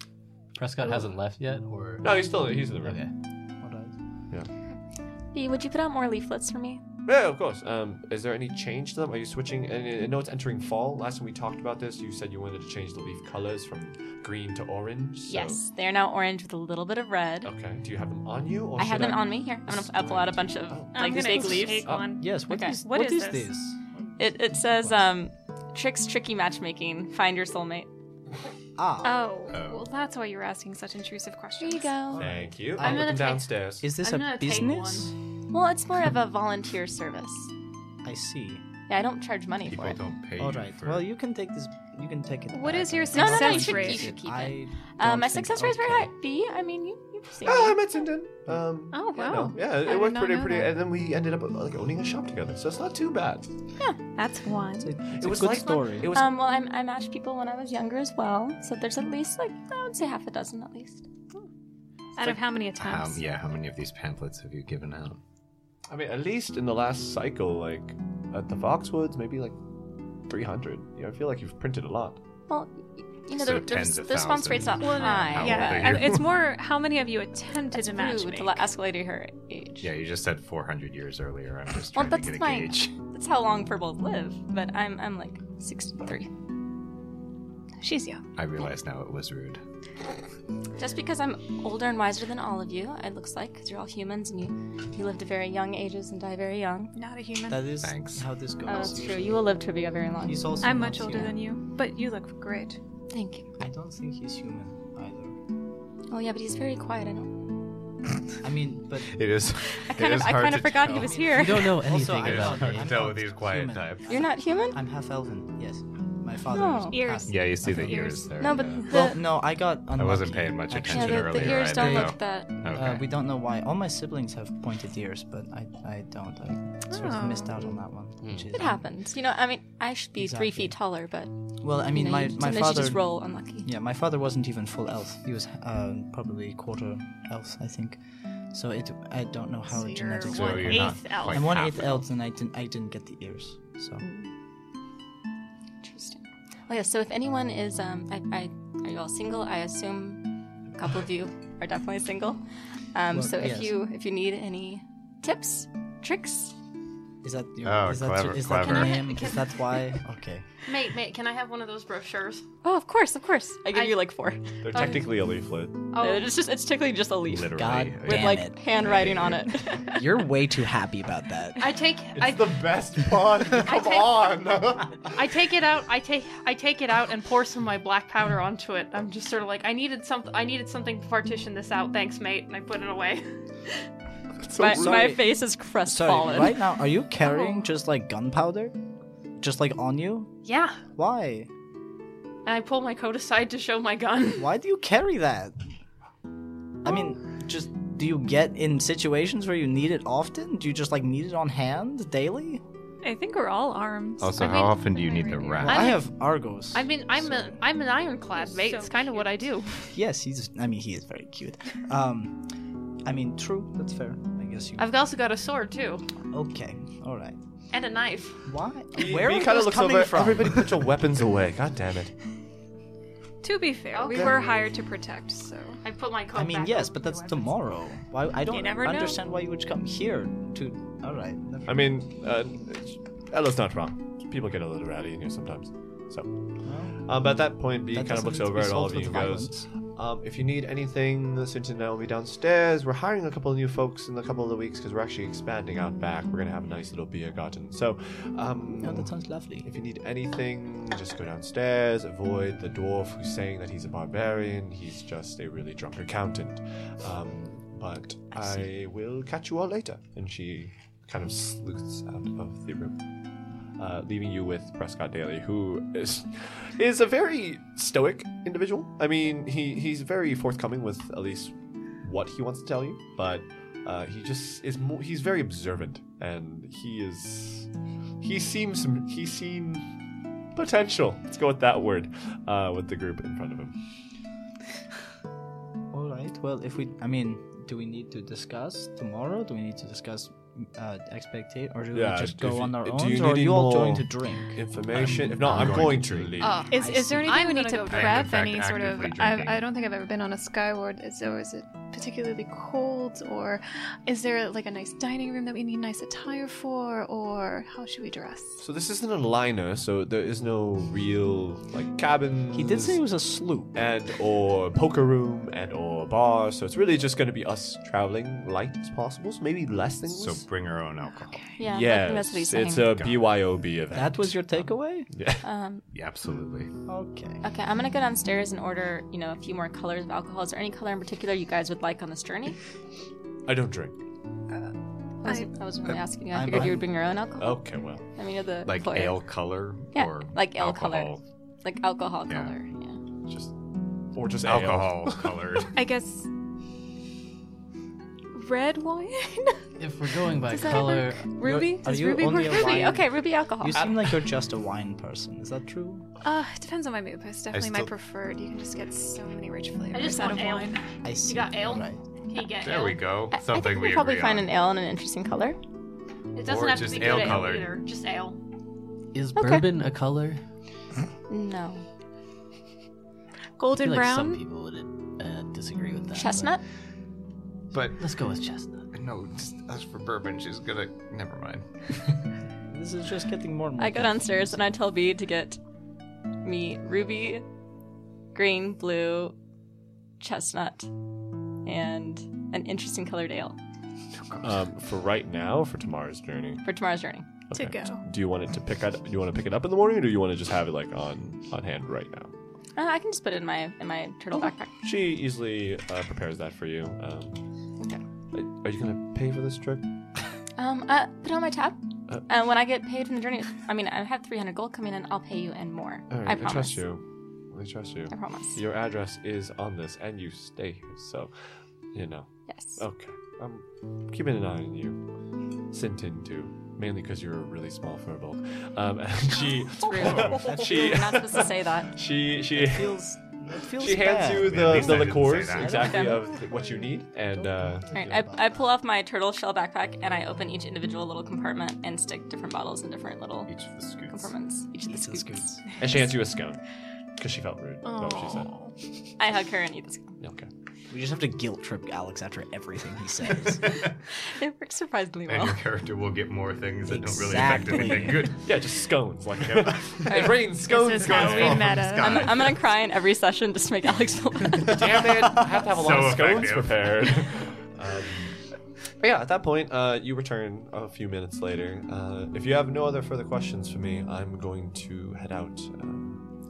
Prescott hasn't left yet, or <laughs> No, he's still he's in the room. okay. All right. Bee, would you put out more leaflets for me? Yeah, of course. Um, is there any change to them? Are you switching? And I know it's entering fall. Last time we talked about this, you said you wanted to change the leaf colors from green to orange. so- Yes, they are now orange with a little bit of red. Okay. Do you have them on you? Or I have should them on me here. I'm gonna I'll pull out a bunch of Oh. like gonna big leaves. take one. Yes. What is Okay. What what is is this? this? It, it says um, tricks tricky matchmaking. Find your soulmate. Ah. Oh, well, that's why you were asking such intrusive questions. go. Thank you. I'm I'll put gonna them take- downstairs. Is this I'm a gonna take business? Well, it's more of a volunteer service. I see. Yeah, I don't charge money People for it. don't pay All you right. for- Well, you can take this. You can take it. What back. is your I'm not No, no, no, you success should, you rate? should keep I it. don't Um, my think- success rate is very okay. high. B, I mean, you, you've seen Oh, I Ah, me. met Sinton. Um, Oh, yeah, wow. no, Yeah, I it did worked not pretty, know pretty, that. and then we ended up like owning a shop together, so it's not too bad. That's one. It's it a was good like story. It was Um, well, I, I matched people when I was younger as well, so there's at least like I would say half a dozen at least. Out of how many How, attempts? yeah, how many of these pamphlets have you given out? I mean, at least in the last cycle, like at the Foxwoods, maybe like 300. You know, I feel like you've printed a lot. Well, y- you know, So the, tens the, of the response rate's not thousands. Well, no, high. How old Ah, yeah, are you? I- <laughs> it's more how many of you attempted to match Rude to let- ask a lady her age. Yeah, you just said 400 years earlier. I'm just Well, trying that's to get a my- gauge. That's how long purple live, but I'm I'm like 63. She's young. I realize now it was rude. Just because I'm older and wiser than all of you, it looks like, because you're all humans and you, you live to very young ages and die very young. Not a human. That is Thanks. how this goes. Oh, that's true. You will live to be very long. He's also I'm much not older human. than you, but you look great. Thank you. I don't think he's human either. Oh yeah, but he's very quiet. I don't. I mean, but It is. I kind of, I kind of forgot he was here. <laughs> You don't know also anything I about don't- me. I'm Dealt not with these quiet human. types. You're not human? I'm half elven. Yes, my father. No. was half- Ears. Yeah, you see the Ears. ears there. No, but yeah. Oh. the, Well, no, I got. Unlucky, I wasn't paying much actually. yeah, attention the, the earlier. ears I don't didn't look that. know. Okay. Uh, we don't know why. All my siblings have pointed ears, but I, I don't. I sort of missed out on that one. Hmm. Which is, Oh. It happens. You know, I mean, I should be Exactly. three feet taller, but Well, I you mean, know, my, you, my sometimes you father. just roll unlucky. Yeah, my father wasn't even full elf. He was uh, probably quarter elf, I think. So it, I don't know how it genetics. So you're not One-eighth elf. quite I'm one half eighth elf, and I didn't. I didn't get the ears. So Interesting. Oh yeah. So if anyone is, um, I, I, are you all single? I assume a couple of you are definitely single. Um, Well, so if yes. you if you need any tips, tricks, is that your? Oh, is that, clever, is that your clever. name? Is that <laughs> why? Okay. Mate, mate, can I have one of those brochures? oh, of course, of course. I give I- you like four. They're technically a leaflet. Oh, <laughs> It's just it's technically just a leaf Literally. God yeah. with Damn like it. handwriting on <laughs> it. <laughs> You're way too happy about <laughs> that. I take It's I, the best <laughs> pawn. Come take- on. I take it out. I take I take it out and pour some of my black powder onto it. I'm just sort of like I needed something. I needed something to partition this out. Thanks, mate. And I put it away. <laughs> my, sorry. my face is Sorry, crestfallen. right now, are you carrying just like gunpowder? Just like on you? yeah. Why? And I pull my coat aside to show my gun. Why do you carry that? I mean, just do you get in situations where you need it often? Do you just like need it on hand daily? I think we're all armed. Also, I how mean- often do you need the Well, rat? Well, I I'm- have Argos. I mean, I'm a I'm an ironclad, mate. So it's kind of what I do. yes, he's. I mean, he is very cute. Um, I mean, true. That's fair. I guess you. I've also got a sword too, Okay. All right. and a knife. Why? Where he are kind of those looks coming over. from? Everybody, put your weapons away. God damn it. To be fair, we Okay. were hired to protect, so I put my coat. I mean, back yes, over but the that's weapons. tomorrow. Why? I don't never know. understand why you would come here to. All right. never- I mean, uh, Ella's not wrong. People get a little rowdy in here sometimes. So, uh, but at that point, B That kind doesn't of looks need to over be at all solved of you and with goes, um, "If you need anything, the Sentinel will be downstairs. We're hiring a couple of new folks in a couple of weeks because we're actually expanding out back. We're gonna have a nice little beer garden. So, um, No, that sounds lovely. if you need anything, just go downstairs. Avoid the dwarf who's saying that he's a barbarian. He's just a really drunk accountant. Um, but I, will catch you all later. And she kind of sleuths out of the room. Uh, leaving you with Prescott Daly, who is is a very stoic individual. I mean, he, he's very forthcoming with at least what he wants to tell you, but uh, he just is mo- he's very observant, and he is he seems he seems potential. Let's go with that word uh, with the group in front of him. All right. Well, if we, I mean, do we need to discuss tomorrow? Do we need to discuss uh, expectate, or do Yeah, we just if go you- on our do own, you or are need you all more- going to drink? Information. if not, I'm, going, to leave. Oh, Is, I is there see. anything I'm we need to gonna go drink. I am, prep? in fact, any sort of? actively I, drinking. I don't think I've ever been on a Skyward. Is- So is it particularly cold, or is there like a nice dining room that we need nice attire for, or how should we dress? So this isn't a liner, so there is no real like cabin. He did say it was a sloop. and or poker room and or bar. So it's really just going to be us traveling light as possible. So maybe less things. So bring our own alcohol. <laughs> Yeah, I think yes, that's what he's saying. it's a BYOB event. That was your takeaway. um, Yeah, absolutely. Okay. okay, I'm gonna go downstairs and order, you know, a few more colors of alcohol. Is there any color in particular you guys would like on this journey? I don't drink. I wasn't, I wasn't really asking you. I I'm- figured you I'm- would bring your own alcohol. Okay, well, I mean, you're the Like employer. ale color Yeah, or like ale color. alcohol, like alcohol Yeah. color. Yeah. just or just ale. <laughs> alcohol colored. I guess red <laughs> wine, If we're going by Does that color, ruby. are Does you ruby only work? a Ruby, wine? okay, ruby alcohol. Uh, You seem like you're just a wine person. Is that true? Uh, it depends on my mood, but it's definitely my still- preferred. You can just get so many rich flavors I just out want of ale. wine. I see. got ale? All right. Can you get there ale? we go. I- I Something think we we'll probably agree find on. an ale in an interesting color. It doesn't Or have to just be good ale ale colored. either. Just ale. is Okay. bourbon a color? No. I Golden feel like some brown. people would uh, disagree with that. but Chestnut? But Let's go with chestnut. no, just as for bourbon, she's gonna. Never mind. This is just getting more and more. I go downstairs and I tell B to get me ruby, green, blue, chestnut, and an interesting colored ale Um, for right now, for tomorrow's journey. for tomorrow's journey. To go. Do you want it to pick up? Do you want to pick it up in the morning, or do you want to just have it like on on hand right now? Uh, I can just Mm-hmm. put it in my in my turtle backpack. She easily uh, prepares that for you. Um, Okay. it Are you gonna pay for this trip? Um, uh, put it on my tab. Uh, And when I get paid from the journey, I mean, I have 300 gold coming in. I'll pay you and more. All right, I I, promise. trust you. I trust you. I promise. Your address is on this, and you stay here, so you know. Yes. Okay, I'm keeping an eye on you. Sintin too, mainly because you're a really small furball. Um, <laughs> and she, Rude. <laughs> she- You're not supposed to <laughs> say that. she, she. feels, <laughs> it feels She hands bad. you Man, at the, least the I didn't say liqueurs that. exactly Yeah. of what you need, and uh, All right, I, I pull off my turtle shell backpack and I open each individual little compartment and stick different bottles in different little Each of the scoots. compartments. Each of the Feels good. scoops. and she hands you a scone because she felt rude. about What she said. I hug her and eat the scoop. Okay. We just have to guilt trip Alex after everything he says. It works surprisingly And your well. character will get more things that don't really affect anything good. Yeah, just scones. <laughs> Like Alright. it rains scones. This is how guys. we fall from met the up. sky. I'm- I'm gonna cry in every session just to make Alex feel bad. Damn it! I have to have a lot So of scones effective. <laughs> prepared. um, but yeah, at that point, uh, you return a few minutes later. Uh, if you have no other further questions for me, I'm going to head out. Um,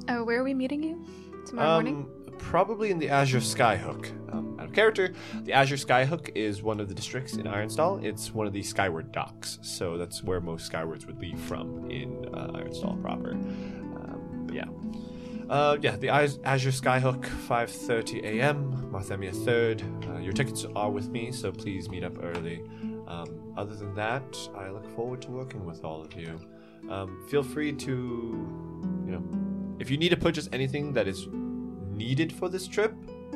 Oh, where are we meeting you? Tomorrow morning? um, Probably in the Azure Skyhook. Um, out of character, the Azure Skyhook is one of the districts in Ironstall. It's one of the Skyward docks, so that's where most Skywards would leave from in uh, Ironstall proper. Um, but yeah. Uh, yeah, the Az- Azure Skyhook, 5.30 a.m., Marthemia 3rd. Uh, your tickets are with me, so please meet up early. Um, other than that, I look forward to working with all of you. Um, feel free to, you know, if you need to purchase anything that is needed for this trip,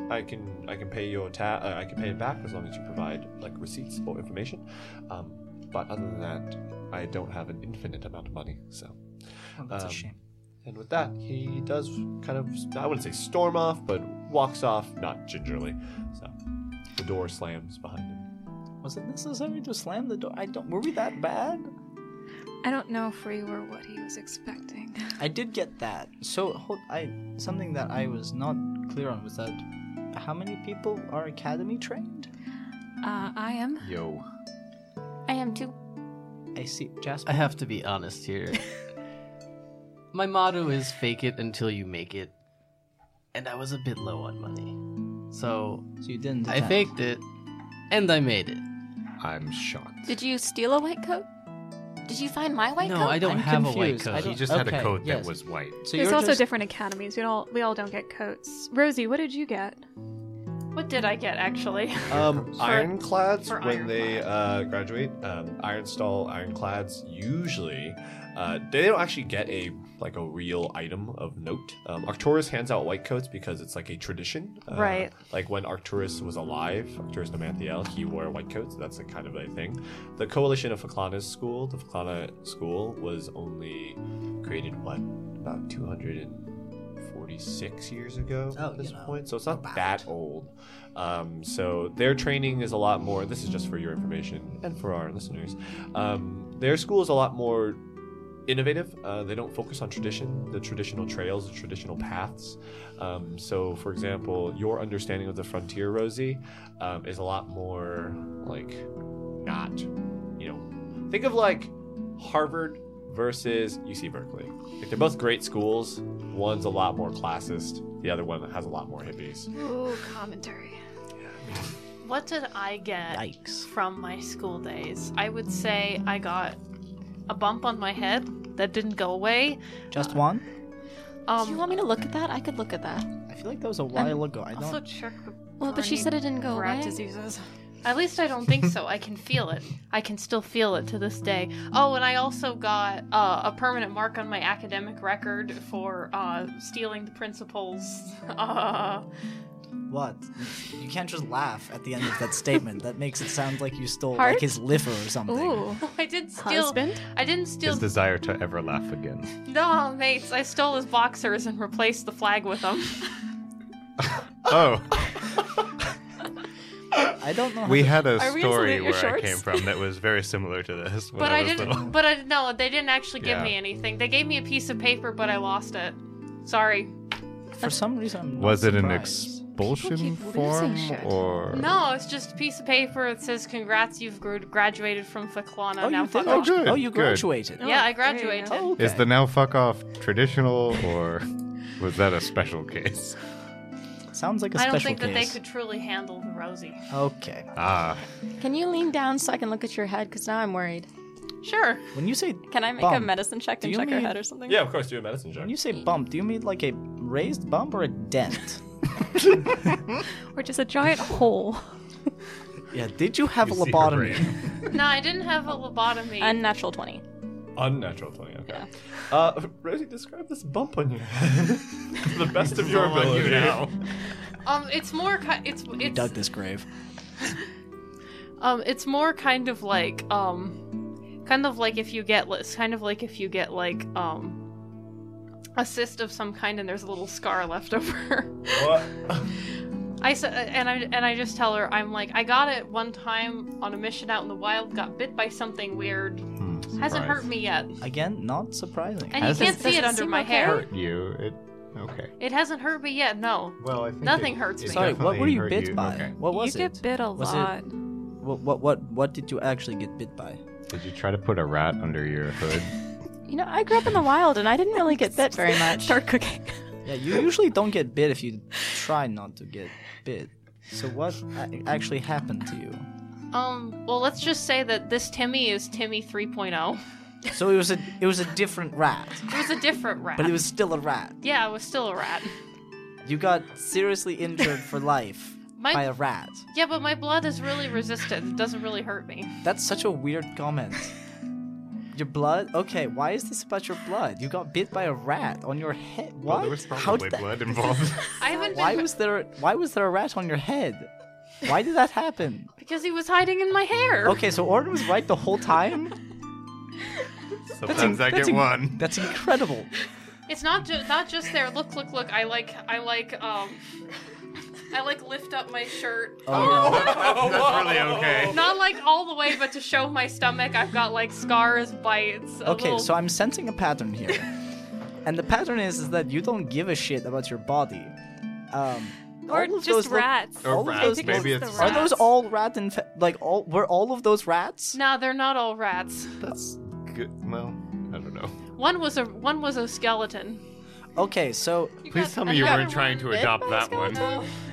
I can I can pay your ta- uh, I can pay it back as long as you provide like receipts or information. Um, but other than that, I don't have an infinite amount of money, so. <laughs> Oh, that's Um, a shame. And with that, he does kind of, I wouldn't say storm off, but walks off, not gingerly. So the door slams behind him. Was it necessary to slam the door? I don't. Were we that bad? I don't know if we were what he was expecting. I did get that. So hold, I something that I was not clear on was that how many people are academy trained? Uh, I am. Yo. I am too. I see, Jasper. I have to be honest here. My motto is fake it until you make it. And I was a bit low on money. So so you didn't. I attend. faked it and I made it. <laughs> I'm shocked. Did you steal a white coat? Did you find my white no, coat? I don't I'm have confused. a I don't- white He coat. just had okay, a coat yes. that was white. So There's you're also just- different academies. We all we all don't get coats. Rosie, what did you get? What did I get actually? <laughs> Um, ironclads, for when they uh, graduate, um, Ironstall ironclads usually, uh, they don't actually get a like a real item of note. Um, Arcturus hands out white coats because it's like a tradition. Uh, Right. Like when Arcturus was alive, Arcturus Nomanthiel, he wore white coats. That's a kind of a thing. The coalition of Faklana's school, the Faklana school, was only created what about 246 years ago Oh, at this you know, point, so it's not that old. Um, so their training is a lot more. This is just for your information and for our listeners. Um, their school is a lot more innovative. Uh, they don't focus on tradition, the traditional trails, the traditional paths. Um, so, for example, your understanding of the frontier, Rosie, um, is a lot more like not, you know, think of like Harvard versus UC Berkeley. Like they're both great schools. One's a lot more classist. The other one has a lot more hippies. Ooh, commentary. What did I get Yikes. from my school days? I would say I got a bump on my head that didn't go away. Just one. Um, Do you want me to look at that? I could look at that. I feel like that was a while ago. I don't. also check. Well, for but she any said it didn't go rat away. diseases. At least I don't think so. I can feel it. I can still feel it to this day. Oh, and I also got uh, a permanent mark on my academic record for uh, stealing the principal's. <laughs> Uh, What? You can't just laugh at the end of that statement. That makes it sound like you stole Heart? like his liver or something. Ooh, I did steal. husband. I didn't steal. His desire to ever laugh again. No, mates. I stole his boxers and replaced the flag with them. Oh, I don't know. we had a Are we story insulting where your I shorts? came from that was very similar to this. When but I was didn't. little. But I no, they didn't actually give Yeah. me anything. They gave me a piece of paper, but I lost it. Sorry. how- for some reason. I'm not Was it an surprised. expulsion keep form losing shit. or No, it's just a piece of paper that says, "Congrats, you've gr- graduated from Faklana." Oh, now you did. fuck Oh, off." good, Oh, you good. graduated. Yeah, I there you go. graduated. Oh, Is okay. the now fuck off traditional or was that a special case? Sounds like a I special don't think that they case. could truly handle the Rosie. Okay. Ah, Can you lean down so I can look at your head? Because now I'm worried. Sure. When you say Can I make a Bum. medicine check Do and you check her mean- head or something? Yeah, of course, do a medicine check. when you say bump, do you mean like a raised bump or a dent? Or just a giant hole. yeah. Did you have you a see her lobotomy? brain. No, I didn't have a lobotomy. Unnatural 20. Unnatural 20, okay. Uh, Rosie, describe this bump on <laughs> your head to the best of your Roll on you ability. now. um, it's more. Ki- it's You it's <laughs> dug this grave. Um, it's more kind of like um, kind of like if you get it's kind of like if you get like um, a cyst of some kind and there's a little scar left <laughs> over. What? I said, and I and I just tell her I'm like I got it one time on a mission out in the wild, got bit by something weird, Hmm, hasn't hurt me yet, Again, not surprising. and Has you it- can't see Does it it under seem my okay? hair. Hurt you? It okay. It hasn't hurt me yet. No, Well, I think Nothing it- hurts it me. Sorry, what definitely were you hurt bit by? Okay. What was you it? get bit a Was it- lot. What, what what what did you actually get bit by? Did you try to put a rat under your hood? You know, I grew up in the wild and I didn't really get bit very <laughs> much. Start cooking. Yeah, you usually don't get bit if you try not to get bit. So what a- actually happened to you? Um, well, let's just say that this Timmy is Timmy 3.0. So it was a it was a different rat, It was a different rat. but it was still a rat. yeah, it was still a rat. You got seriously injured for life My- by a rat. Yeah, but my blood is really resistant. It doesn't really hurt me. That's such a weird comment. Your blood? Okay, why is this about your blood? You got bit by a rat on your head. What? Well, there was How probably did that? blood involved. I haven't Why been was there? Why was there a rat on your head? Why did that happen? because he was hiding in my hair. Okay, so Orton was right the whole time. <laughs> Sometimes I <laughs> that's get in- one. That's incredible. It's not ju- not just there. Look, look, look. I like I like um I like lift up my shirt. Oh. That's really okay. Not like all the way, but to show my stomach. I've got like scars, bites. a Okay, little- so I'm sensing a pattern here, and the pattern is is that you don't give a shit about your body. Um, Or all of just those look- rats. Or all of rats, those look- maybe it's it's the are rat. those all rat and like all were all of those rats? Nah, they're not all rats. That's good. Well, I don't know. One was a one was a skeleton. Okay, so Please tell me you weren't trying to adopt that one.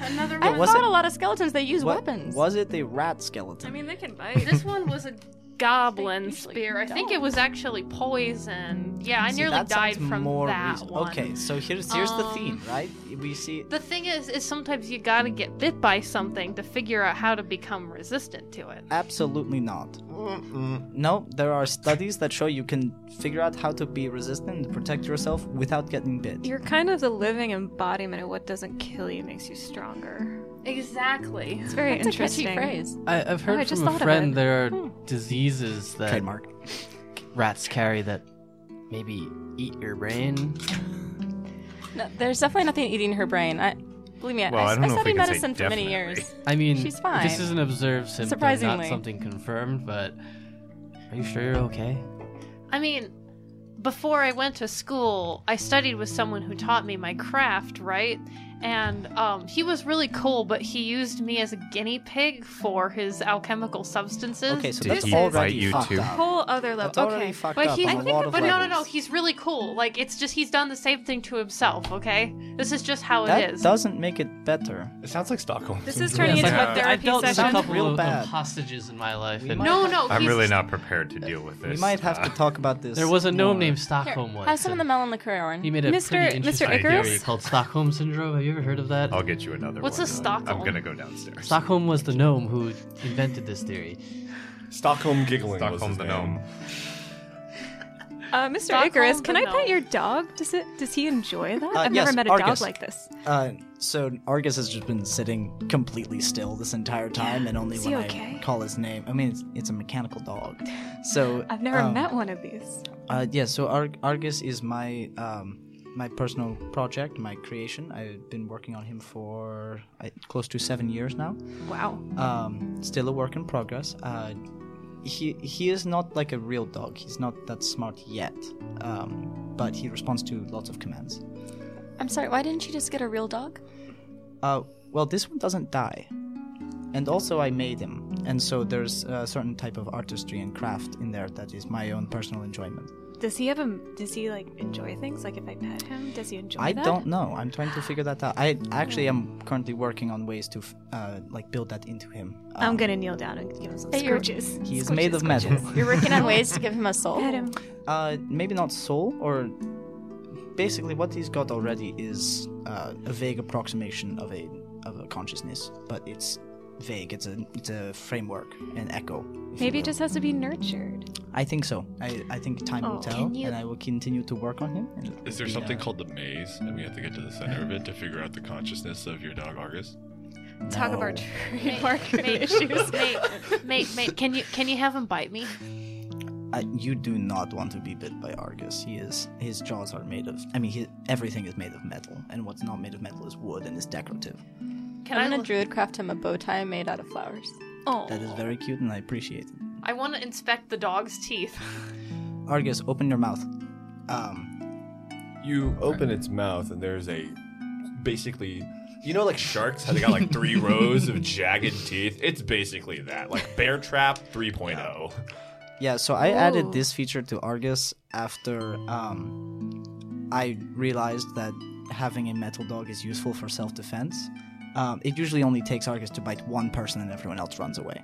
Another I've was fought it- a lot of skeletons. They use wa- weapons. was it a rat skeleton? I mean, they can bite. This one was a goblin usually spear. I think it don't. was actually poison. Yeah, I See, nearly that died sounds from more that reason- one. Okay, so here's here's the Um, theme, right? We see The thing is, is sometimes you gotta get bit by something to figure out how to become resistant to it. absolutely not. No, there are studies that show you can figure out how to be resistant and protect yourself without getting bit. You're kind of the living embodiment of what doesn't kill you makes you stronger. Exactly. It's very That's a catchy interesting. phrase. I, I've heard I just from thought a of friend it. there are diseases that Trademark. rats carry that maybe eat your brain. No, there's definitely nothing eating her brain. I Believe me, I- Well, I, I don't know if we studied can say medicine for many definitely. years. I mean, She's fine. This is an observed symptom, Surprisingly. not something confirmed. But are you sure you're okay? I mean, before I went to school, I studied with someone who taught me my craft, right? And um, he was really cool, but he used me as a guinea pig for his alchemical substances. Okay, so Did that's he invite already you fucked to- up. Whole other level. That's already okay. fucked But up he, on a I think, lot of but no, no, no. levels. He's really cool. Like it's just he's done the same thing to himself. Okay, this is just how that it is. doesn't make it better. It sounds like Stockholm. This is turning into Yeah. a I therapy dealt with a session. sounds couple real of, of bad. hostages in my life, and No, no. I'm he's, really not prepared to deal with this. We might have to Uh, talk about this. there was a more. gnome named Here, Stockholm once. have some of the and melon liqueur, Orin. He made a Mr. pretty interesting Mr. Icarus? theory called Stockholm syndrome. Have you ever heard of that? I'll get you another What's one. a Stockholm? I'm gonna go downstairs. Stockholm was the gnome who invented this theory. Stockholm giggling. was Stockholm his the name. gnome. Uh, Mr. Stockholm Icarus, can I Syndrome. pet your dog? Does it? Does he enjoy that? Uh, I've yes, never met a Argus. dog like this. Uh, so Argus has just been sitting completely still this entire time, and only Is when he I okay? call his name. I mean, it's, it's a mechanical dog. So I've never um, met one of these. Uh, yeah, so Ar- Argus is my um, my personal project, my creation. I've been working on him for uh, close to seven years now. Wow. Um, still a work in progress. Uh, he he is not like a real dog. He's not that smart yet, um, but he responds to lots of commands. I'm sorry, why didn't you just get a real dog? Uh, well, this one doesn't die. And also, I made him, and so there's a certain type of artistry and craft in there that is my own personal enjoyment. Does he have a? Does he like enjoy things? Like if I pet him, does he enjoy I that? don't know. I'm trying to figure that out. I actually am currently working on ways to f- uh, like build that into him. I'm Um, gonna kneel down and give him some Hey, you're- scratches. He is made of metal. You're working on ways to give him a soul. Pet him. <laughs> Uh, maybe not soul, or basically what he's got already is uh, a vague approximation of a of a consciousness, but it's vague. It's a it's a framework, an echo. if you Maybe it will. just has to be nurtured. I think so. I, I think time Oh. will tell, Can you- and I will continue to work on him. and it Is will there be, something uh, called the maze, and we have to get to the center of it to figure out the consciousness of your dog Argus? Talk about no. trademark mate, issues. mate, mate, mate, can you can you have him bite me? I, you do not want to be bit by Argus. He is his jaws are made of. I mean, he, everything is made of metal, and what's not made of metal is wood and is decorative. Can I'm I? gonna look- druid craft him a bow tie made out of flowers. oh, That is very cute, and I appreciate it. I want to inspect the dog's teeth. <laughs> Argus, open your mouth. Um, You open its mouth, and there's a basically, you know, like sharks, how they got like <laughs> three rows of jagged teeth? It's basically that, like Bear Trap oh. 3.0. yeah, so I added this feature to Argus after um, I realized that having a metal dog is useful for self-defense. Um, it usually only takes Argus to bite one person, and everyone else runs away.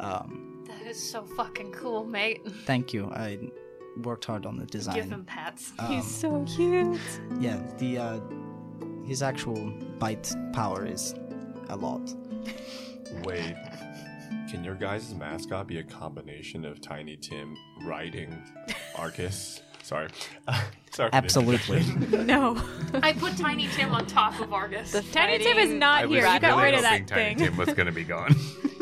Um, that is so fucking cool, mate. thank you. I worked hard on the design. Give him pats. Um, He's so cute. Yeah, the uh, his actual bite power is a lot. Wait, can your guys' mascot be a combination of Tiny Tim riding Arcus? Sorry. <laughs> Sorry. for <laughs> the Absolutely. interjection. No, Uh, I put Tiny Tim on top of Argus. Tiny Tim is I not was here. You got really rid of hoping that Tiny thing. <laughs> Tim was gonna be gone.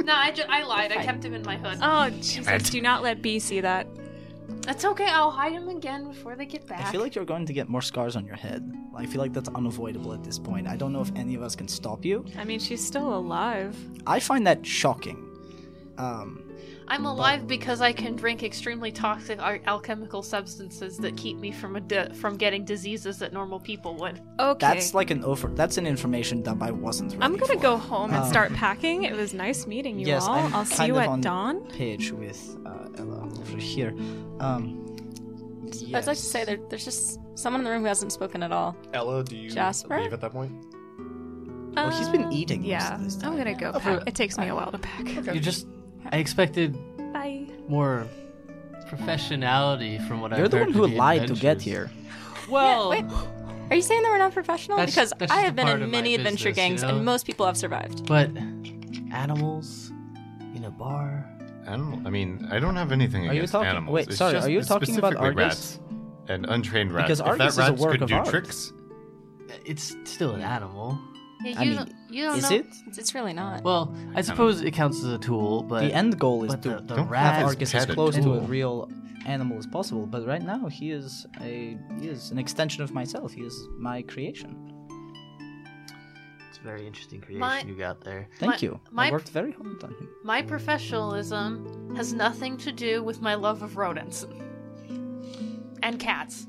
no, I, ju- I lied. I kept him in my hood. Oh Jesus! it. Do not let B see that. Uh, That's okay. I'll hide him again before they get back. I feel like you're going to get more scars on your head. I feel like that's unavoidable at this point. I don't know if any of us can stop you. I mean, she's still alive. I find that shocking. Um, I'm alive because I can drink extremely toxic al- alchemical substances that keep me from a di- from getting diseases that normal people would. Okay. that's like an over. That's an information dump I wasn't. Ready I'm gonna for. go home and Um, start packing. It was nice meeting you yes, all. I'm will see kind you of at on dawn. Page with uh, Ella over here. Um, I'd like to say yes. there, there's just someone in the room who hasn't spoken at all. Ella, do you Jasper? leave at that point? Well, Oh, he's been eating. uh, Yeah, Most of this I'm time. gonna go pack. It takes me a while to pack. You just. I expected Bye. more professionality from what I've You're the heard one with who lied to adventures. get here. Well, Wait, are you saying that we're not professional? That's- because that's I just have a been part in of my many adventure business, you gangs, know? and most people have survived. but animals in a bar. Animal. I mean, I don't have anything Are you against talking- animals. wait, It's sorry, just are you talking about specifically Argus? rats and untrained rats? Because if Argus is a that rats work could of do art. tricks, It's still an animal. I mean, is it? It's, it's really not. Well, I suppose it counts as a tool, but the end goal is but to the, the Don't rat have is Argus as pet a close to a tool. real animal as possible. But right now, he is a he is an extension of myself. He is my creation. It's a very interesting creation My- you got there. Thank My- you. I my- worked very hard on him. My professionalism has nothing to do with my love of rodents and cats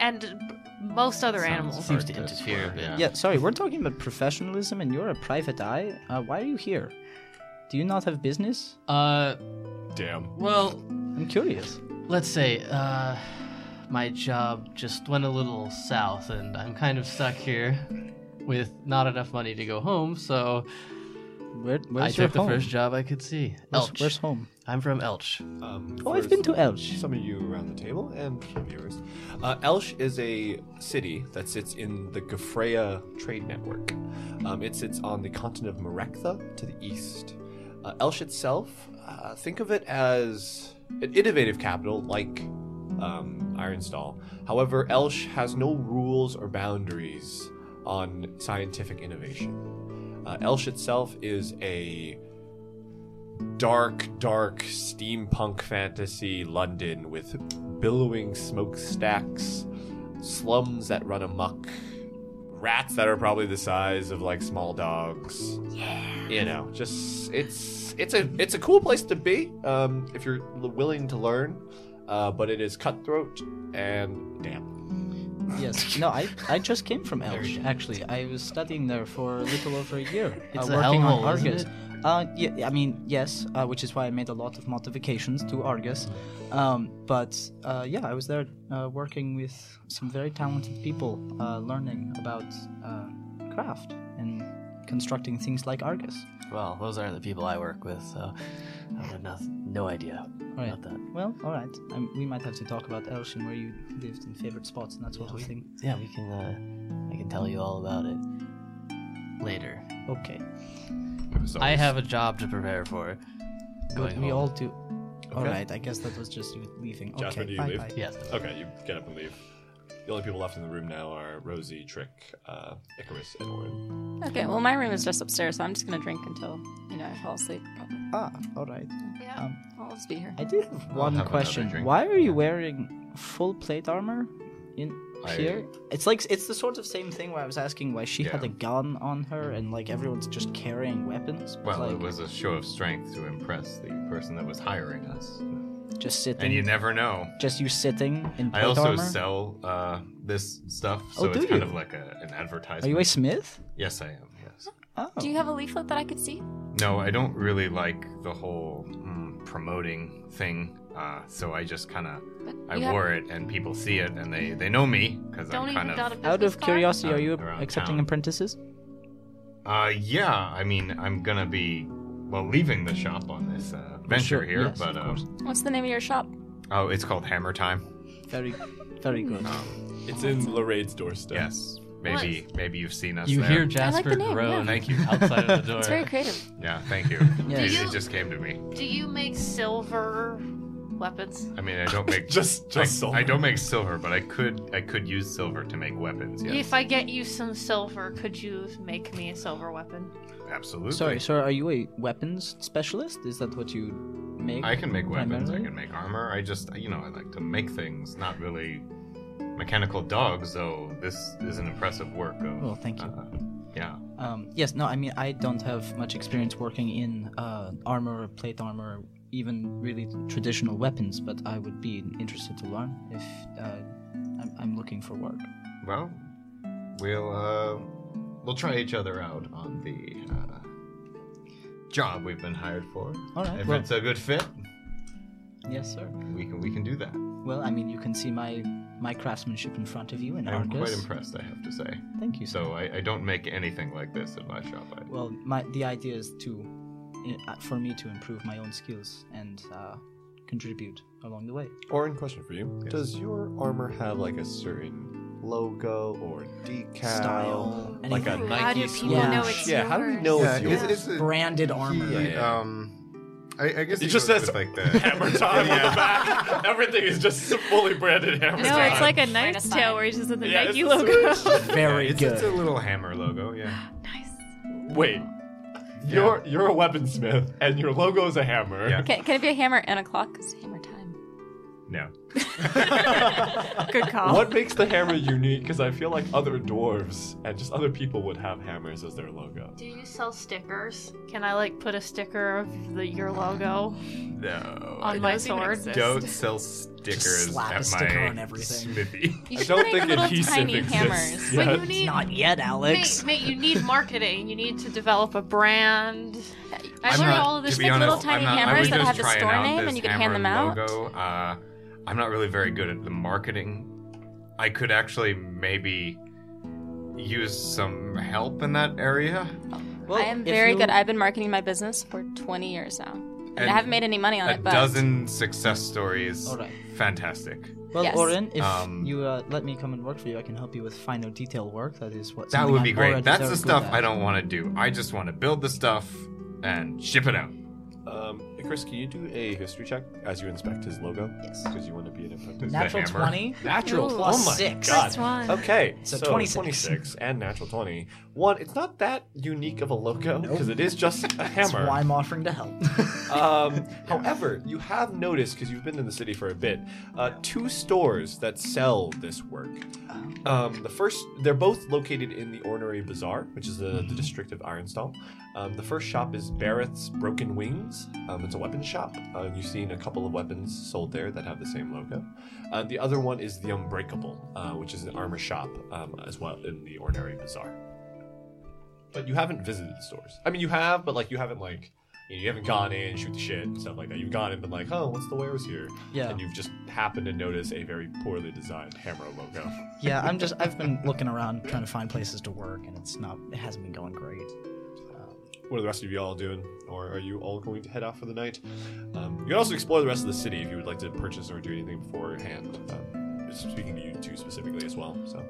and b- most other Sounds animals. Seems to Argus, interfere a bit. yeah. Yeah, sorry, we're talking about professionalism, and you're a private eye. Uh, why are you here? Do you not have business? Uh, Damn. well, I'm curious. let's say, uh, my job just went a little south, and I'm kind of stuck here with not enough money to go home. So Where, where's I your took the home? first job I could see. Where's, Elch. where's home? I'm from Elch. Um, Oh, I've for been to some- Elch. Some of you around the table and some viewers. Uh, Elsh is a city that sits in the Gafrea trade network. Um, it sits on the continent of Marektha to the east. Uh, Elsh itself, uh, think of it as an innovative capital like um, Ironstall. However, Elsh has no rules or boundaries on scientific innovation. Uh, Elsh itself is a dark, dark steampunk fantasy London with billowing smokestacks, slums that run amok, rats that are probably the size of like small dogs. Yeah. You know, just it's it's a it's a cool place to be um, if you're l- willing to learn, uh, but it is cutthroat and damn. <laughs> Yes. No, I, I just came from Very Elsh, good. actually. I was studying there for a little over a year. It's <laughs> uh, a working on hellhole, isn't Argus. it? Uh, yeah, I mean, yes, uh, which is why I made a lot of modifications to Argus. Um, but uh, yeah, I was there uh, working with some very talented people, uh, learning about uh, craft and constructing things like Argus. Well, those aren't the people I work with, so I have no, no idea Right. about that. Well, all right. Um, we might have to talk about Elshin, where you lived and favorite spots and that sort of thing. Yeah, we can. Uh, I can tell you all about it later. Okay. I have a job to prepare for. Good. Going We Oh. all home. do. All right. I guess that was just you leaving. Okay. Jasmine, do you bye leave? bye. Yes. Okay, you get up and leave. The only people left in the room now are Rosie, Trick, uh, Icarus, and Orin. Okay, well, my room is just upstairs, so I'm just gonna drink until, you know, I fall asleep. Probably. Ah, all right. Yeah. Um, I'll just be here. I did have I'll one have another question. drink. Why are you Yeah. wearing full plate armor in I- here? It's like it's the sort of same thing where I was asking why she had Yeah. a gun on her and like everyone's just carrying weapons. but, Well, like, it was a show of strength to impress the person that was hiring us. just And sitting. you never know. just you sitting in plate I also armor. sell uh, this stuff, so Oh, it's do kind you? of like a, an are advertisement. you a smith? yes, I am. Yes. Oh. Do you have a leaflet that I could see? No, I don't really like the whole mm, promoting thing, uh, so I just kind of But I you have- wore it, and people see it, and they they know me because Don't I'm even kind of got a business Oh. Out of card? curiosity, are Um, you around accepting town. apprentices? Uh, yeah, I mean, I'm gonna be well leaving the shop on this uh, venture sure, here, yes, but of course. um, What's the name of your shop? oh, it's called Hammer Time. Very, <laughs> very good. It's in Lorraine's doorstep. Yes, maybe maybe you've seen us. You there. hear Jasper the name, groan yeah. Thank you. outside <laughs> of the door. It's very creative. Yeah, thank you. Yeah. it, Do you- it just came to me. Do you make silver weapons? I mean, I don't make Just, just I, silver. I don't make silver, but I could I could use silver to make weapons. Yes, If I get you some silver, could you make me a silver weapon? absolutely. Sorry, sir. Are you a weapons specialist? Is that what you make? I can make weapons. primarily? I can make armor. I just, you know, I like to make things, not really mechanical dogs. Though this is an impressive work. Of, Well, thank you. Uh, yeah, Um, yes, no, I mean, I don't have much experience working in uh, armor, plate armor, even really traditional weapons, but I would be interested to learn if uh, I'm, I'm looking for work. well, we'll uh, we'll try each other out on the uh, job we've been hired for. All right, If well- it's a good fit, Yes, sir. we can we can do that. Well, I mean, you can see my my craftsmanship in front of you in I'm Argus. quite impressed, I have to say. Thank you, sir. So I, I don't make anything like this in my shop. I, Well, my the idea is to i- for me to improve my own skills and uh, contribute along the way. Orin, question for you. Does your armor have like a certain logo or decal? Oh, Style, Like a anything. Nike How do people swoosh? know it's Yeah, how do we yours? know Yeah, it's it's- yours? it's- Branded armor. Yeah. um, I, I guess It he just goes with, says <laughs> like the hammer time on the back. <laughs> Everything is just fully branded hammer No, time. it's like a knight's Renaissance. tale where he's just in the Yeah, Nike it's <laughs> a logo. Very it's, good. It's a little hammer logo, yeah. nice. Wait. You're you're a weaponsmith and your logo is a hammer. Yeah. Can, can it be a hammer and a clock? It's hammer time. No. <laughs> <laughs> Good call. What makes the hammer unique? Because I feel like other dwarves and just other people would have hammers as their logo. Do you sell stickers? Can I like put a sticker of the, your <laughs> logo No. Um, on my sword? don't sell stickers slap a at sticker my on everything. smithy. You I should don't make think little adhesive tiny exists. <laughs> hammers. yet. But you need Not yet, Alex. Mate, mate, you need marketing. You need to develop a brand. I I'm learned not- all of this. to be like honest, little tiny I'm not, I hammers was that just have the trying store out name this and you can hand hammer them out. Logo. Uh, I'm not really very good at the marketing. I could actually maybe use some help in that area. I am if very you- good. I've been marketing my business for 20 years now. And, And I haven't made any money on a it, but dozen success stories. All right. Fantastic. Well, Yes. Oren, if Um, you uh, let me come and work for you, I can help you with final detail work. That is what. That something would be I'm great. already That's very the good stuff at. I don't want to do. I just want to build the stuff and ship it out. Um, Chris, can you do a history check as you inspect his logo? Yes. Because you want to be an apprentice. the Natural hammer. twenty. Natural Ooh. plus Plus oh my six. God. Nice one. Okay, So so, 26. 26. and natural 20. One, it's not that unique of a logo because it is just a That's hammer. why I'm offering to <laughs> help. Um, however, you have noticed because you've been in the city for a bit, uh, two stores that sell this work. Um, the first, they're both located in the Ornery Bazaar, which is the, the district of Ironstall. Um, the first shop is Barrett's Broken Wings. Um, it's a weapons shop. Uh, you've seen a couple of weapons sold there that have the same logo. Uh, the other one is the <laughs> Unbreakable, uh, which is an armor shop um, as well in the Ornery Bazaar. But you haven't visited the stores. I mean, you have, but like you haven't like you, know, you haven't gone in, shoot the shit, and stuff like that. You've gone in, been like, oh, what's the wares here? Yeah. And you've just happened to notice a very poorly designed hammer logo. Yeah, I'm just I've been looking around trying to find places to work, and it's not it hasn't been going great. What are the rest of you all doing, or are you all going to head out for the night? Um, you can also explore the rest of the city if you would like to purchase or do anything beforehand. Um, it's speaking to you two specifically as well. So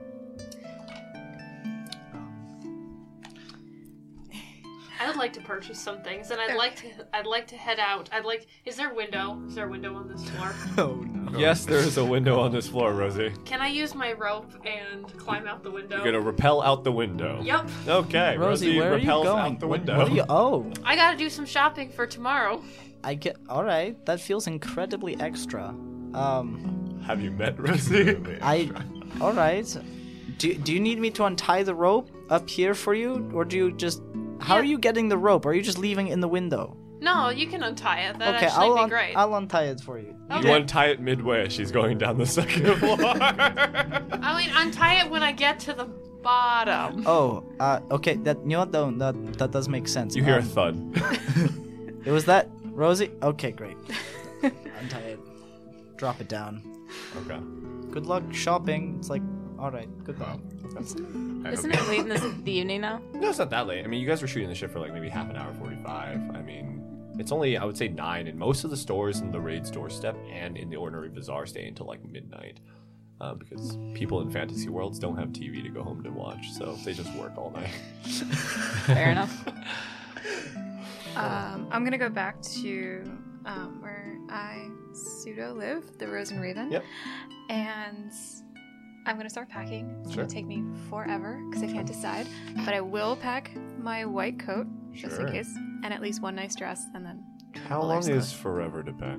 I would like to purchase some things, and I'd like to. I'd like to head out. I'd like. Is there a window? Is there a window on this <laughs> floor? Oh no. yes, there is a window on this floor, Rosie. Can I use my rope and climb out the window? You're gonna rappel out the window. Yep. Okay, Rosie, Rosie, where are you rappels going? out the What- window. What, are you? <laughs> Oh, I gotta do some shopping for tomorrow. I get. All right, that feels incredibly extra. Um, Have you met Rosie? <laughs> I. All right. Do Do you need me to untie the rope up here for you, or do you just? How are you getting the rope? Are you just leaving it in the window? No, you can untie it. That'd okay, actually I'll be un- great. I'll untie it for you. You untie it midway. She's going down the second <laughs> floor. I mean, untie it when I get to the bottom. Oh, uh, okay. That you know what, though, that that does make sense. you hear a Um, thud. It was that Rosie. <laughs> Okay, great. Untie it. Drop it down. Okay. Good luck shopping. It's like, all right, goodbye. Isn't it late in this, <laughs> the evening now? No, it's not that late. I mean, you guys were shooting the shit for like maybe half an hour, forty-five. I mean, it's only I would say nine, and most of the stores in the raid's doorstep and in the ordinary bazaar stay until like midnight, uh, because people in fantasy worlds don't have TV to go home to watch, so they just work all night. Fair enough. Um, I'm gonna go back to um, where I pseudo live, the Rose and Raven. Yep. And I'm gonna start packing. It's Sure. gonna take me forever because I can't decide, but I will pack my white coat just in Sure. case, and at least one nice dress, and then. How long is forever to pack?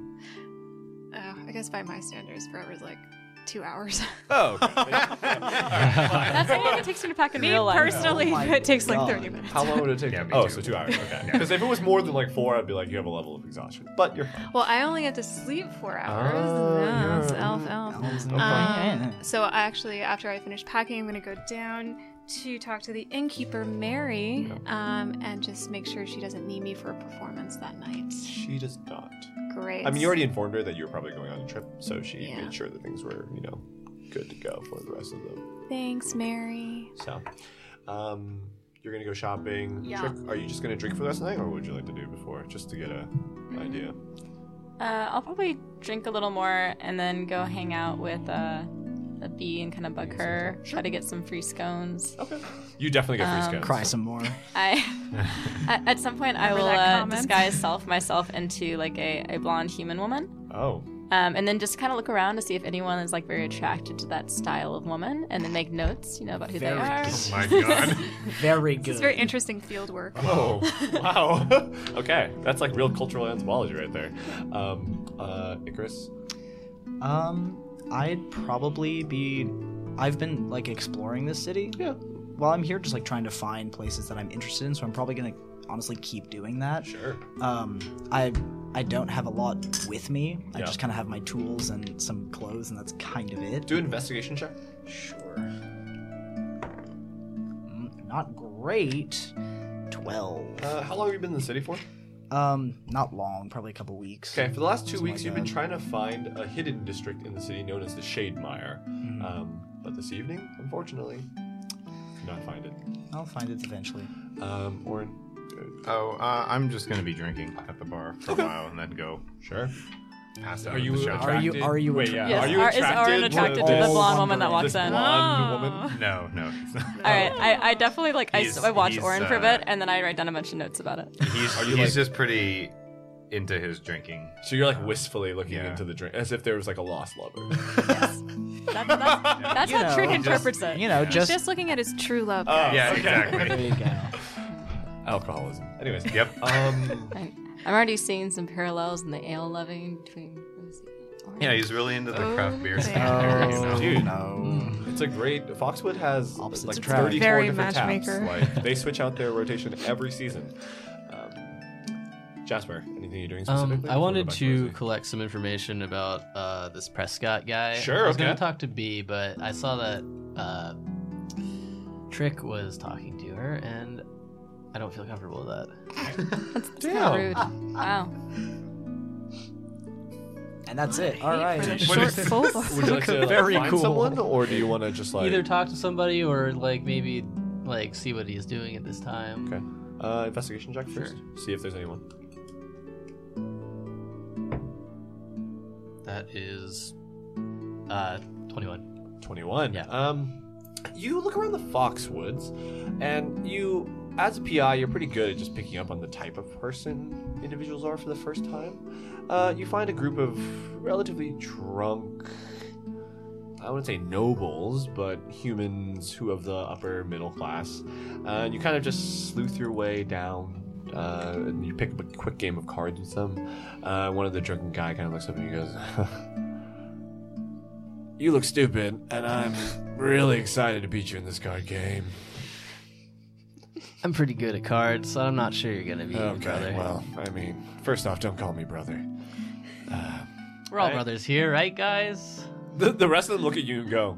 Uh, I guess by my standards, forever's like two hours. <laughs> Oh, That's how long it takes me to pack in real life. Personally, Oh my it takes like God. 30 minutes. <laughs> how long would it take? Yeah, me oh, too. so two hours. Okay. Because if it was more than like four, I'd be like, you have a level of exhaustion, but you're fine. Well, I only have to sleep four hours. Oh, Yeah, it's yeah. elf, elf. Elves and- Um, so I actually, after I finish packing, I'm going to go down to talk to the innkeeper, Mary, um, and just make sure she doesn't need me for a performance that night. She does not. Great. I mean, you already informed her that you were probably going on a trip, so she Yeah. made sure that things were, you know, good to go for the rest of them. Thanks, Mary. So, um, you're gonna go shopping. Yeah. Trick- are you just gonna drink for the rest of the night, or what would you like to do before, just to get a idea? Uh, I'll probably drink a little more and then go hang out with uh, a bee and kind of bug her, try to get some free scones. Okay. You definitely get free Um, scans. Cry some more. I at, at some point I Remember will that uh, comment? disguise self myself into like a, a blonde human woman, Oh, um, and then just kind of look around to see if anyone is like very attracted to that style of woman, and then make notes, you know, about who Very they are. good. Oh my <laughs> god. <laughs> Very This good. is very interesting field work. Oh, wow. <laughs> okay, that's like real cultural anthropology right there. Um, uh, Icarus. Um, I'd probably be. I've been like exploring this city. Yeah. While I'm here, just like trying to find places that I'm interested in, so I'm probably gonna honestly keep doing that. Sure. Um, I I don't have a lot with me. I Yeah. just kind of have my tools and some clothes, and that's kind of it. Do an investigation check. Sure. Mm, Not great. Twelve. Uh, how long have you been in the city for? Um, not long. Probably a couple weeks. Okay, for the last two Something weeks, like you've been that. trying to find a hidden district in the city known as the Shademire. Um, but this evening, unfortunately, did not find it. I'll find it eventually. Um, or Oh, uh, I'm just gonna be drinking at the bar for a while and then go sure. pass out. Are in you the shower. <laughs> Are you- are you Wait, yeah. Yes, Are you are- is attracted, Aaron attracted to this the blonde woman that this walks in? blonde woman? No, no. it's not. All right, I, I definitely like I, He's- I watch he's, Orin for a uh, bit, and then I write down a bunch of notes about it. <laughs> He's, Are you he's like- just pretty into his drinking. So you're like wistfully looking Yeah. into the drink, as if there was like a lost lover. That's, that's, that's You how Trick know, interprets it. You know, just, Just looking at his true love. Uh, Oh. <laughs> yeah, there <laughs> exactly. you go. Alcoholism. Anyways. yep. <laughs> Um, I'm, I'm already seeing some parallels in the ale loving between Rosie and Orin. Yeah, he's really into the craft beer scene there, you know. Oh, Dude. no. It's a great. Foxwood has Opposites like attract. 34 Very different taps. matchmaker. Like <laughs> they switch out their rotation every season. Um, Jasper, anything you're doing Um, specifically? I before we wanted go back to Rosie? collect some information about uh, this Prescott guy. Sure, I was gonna okay. talk to B, but I saw that uh, Trick was talking to her, and I don't feel comfortable with that. Damn. Wow. And that's it. All right. What Short is this? full Would <laughs> you like to like, Very find cool. someone, or do you want to just like Either talk to somebody or like maybe like see what he's doing at this time. Okay. Uh, investigation check Sure. first. See if there's anyone. That is uh 21. 21. Yeah. Um, you look around the Foxwoods, and you, as a PI, you're pretty good at just picking up on the type of person individuals are for the first time. Uh, you find a group of relatively drunk, I wouldn't say nobles, but humans who of the upper middle class. Uh, and you kind of just sleuth your way down. Uh, and you pick up a quick game of cards with them. Uh, one of the drunken guy kind of looks up and he goes, <laughs> You look stupid, and I'm really excited to beat you in this card game. I'm pretty good at cards, so I'm not sure you're gonna be Okay, brother. well, I mean, first off, don't call me brother. We're all I- brothers here, right, guys? The, the rest of them look at you and go,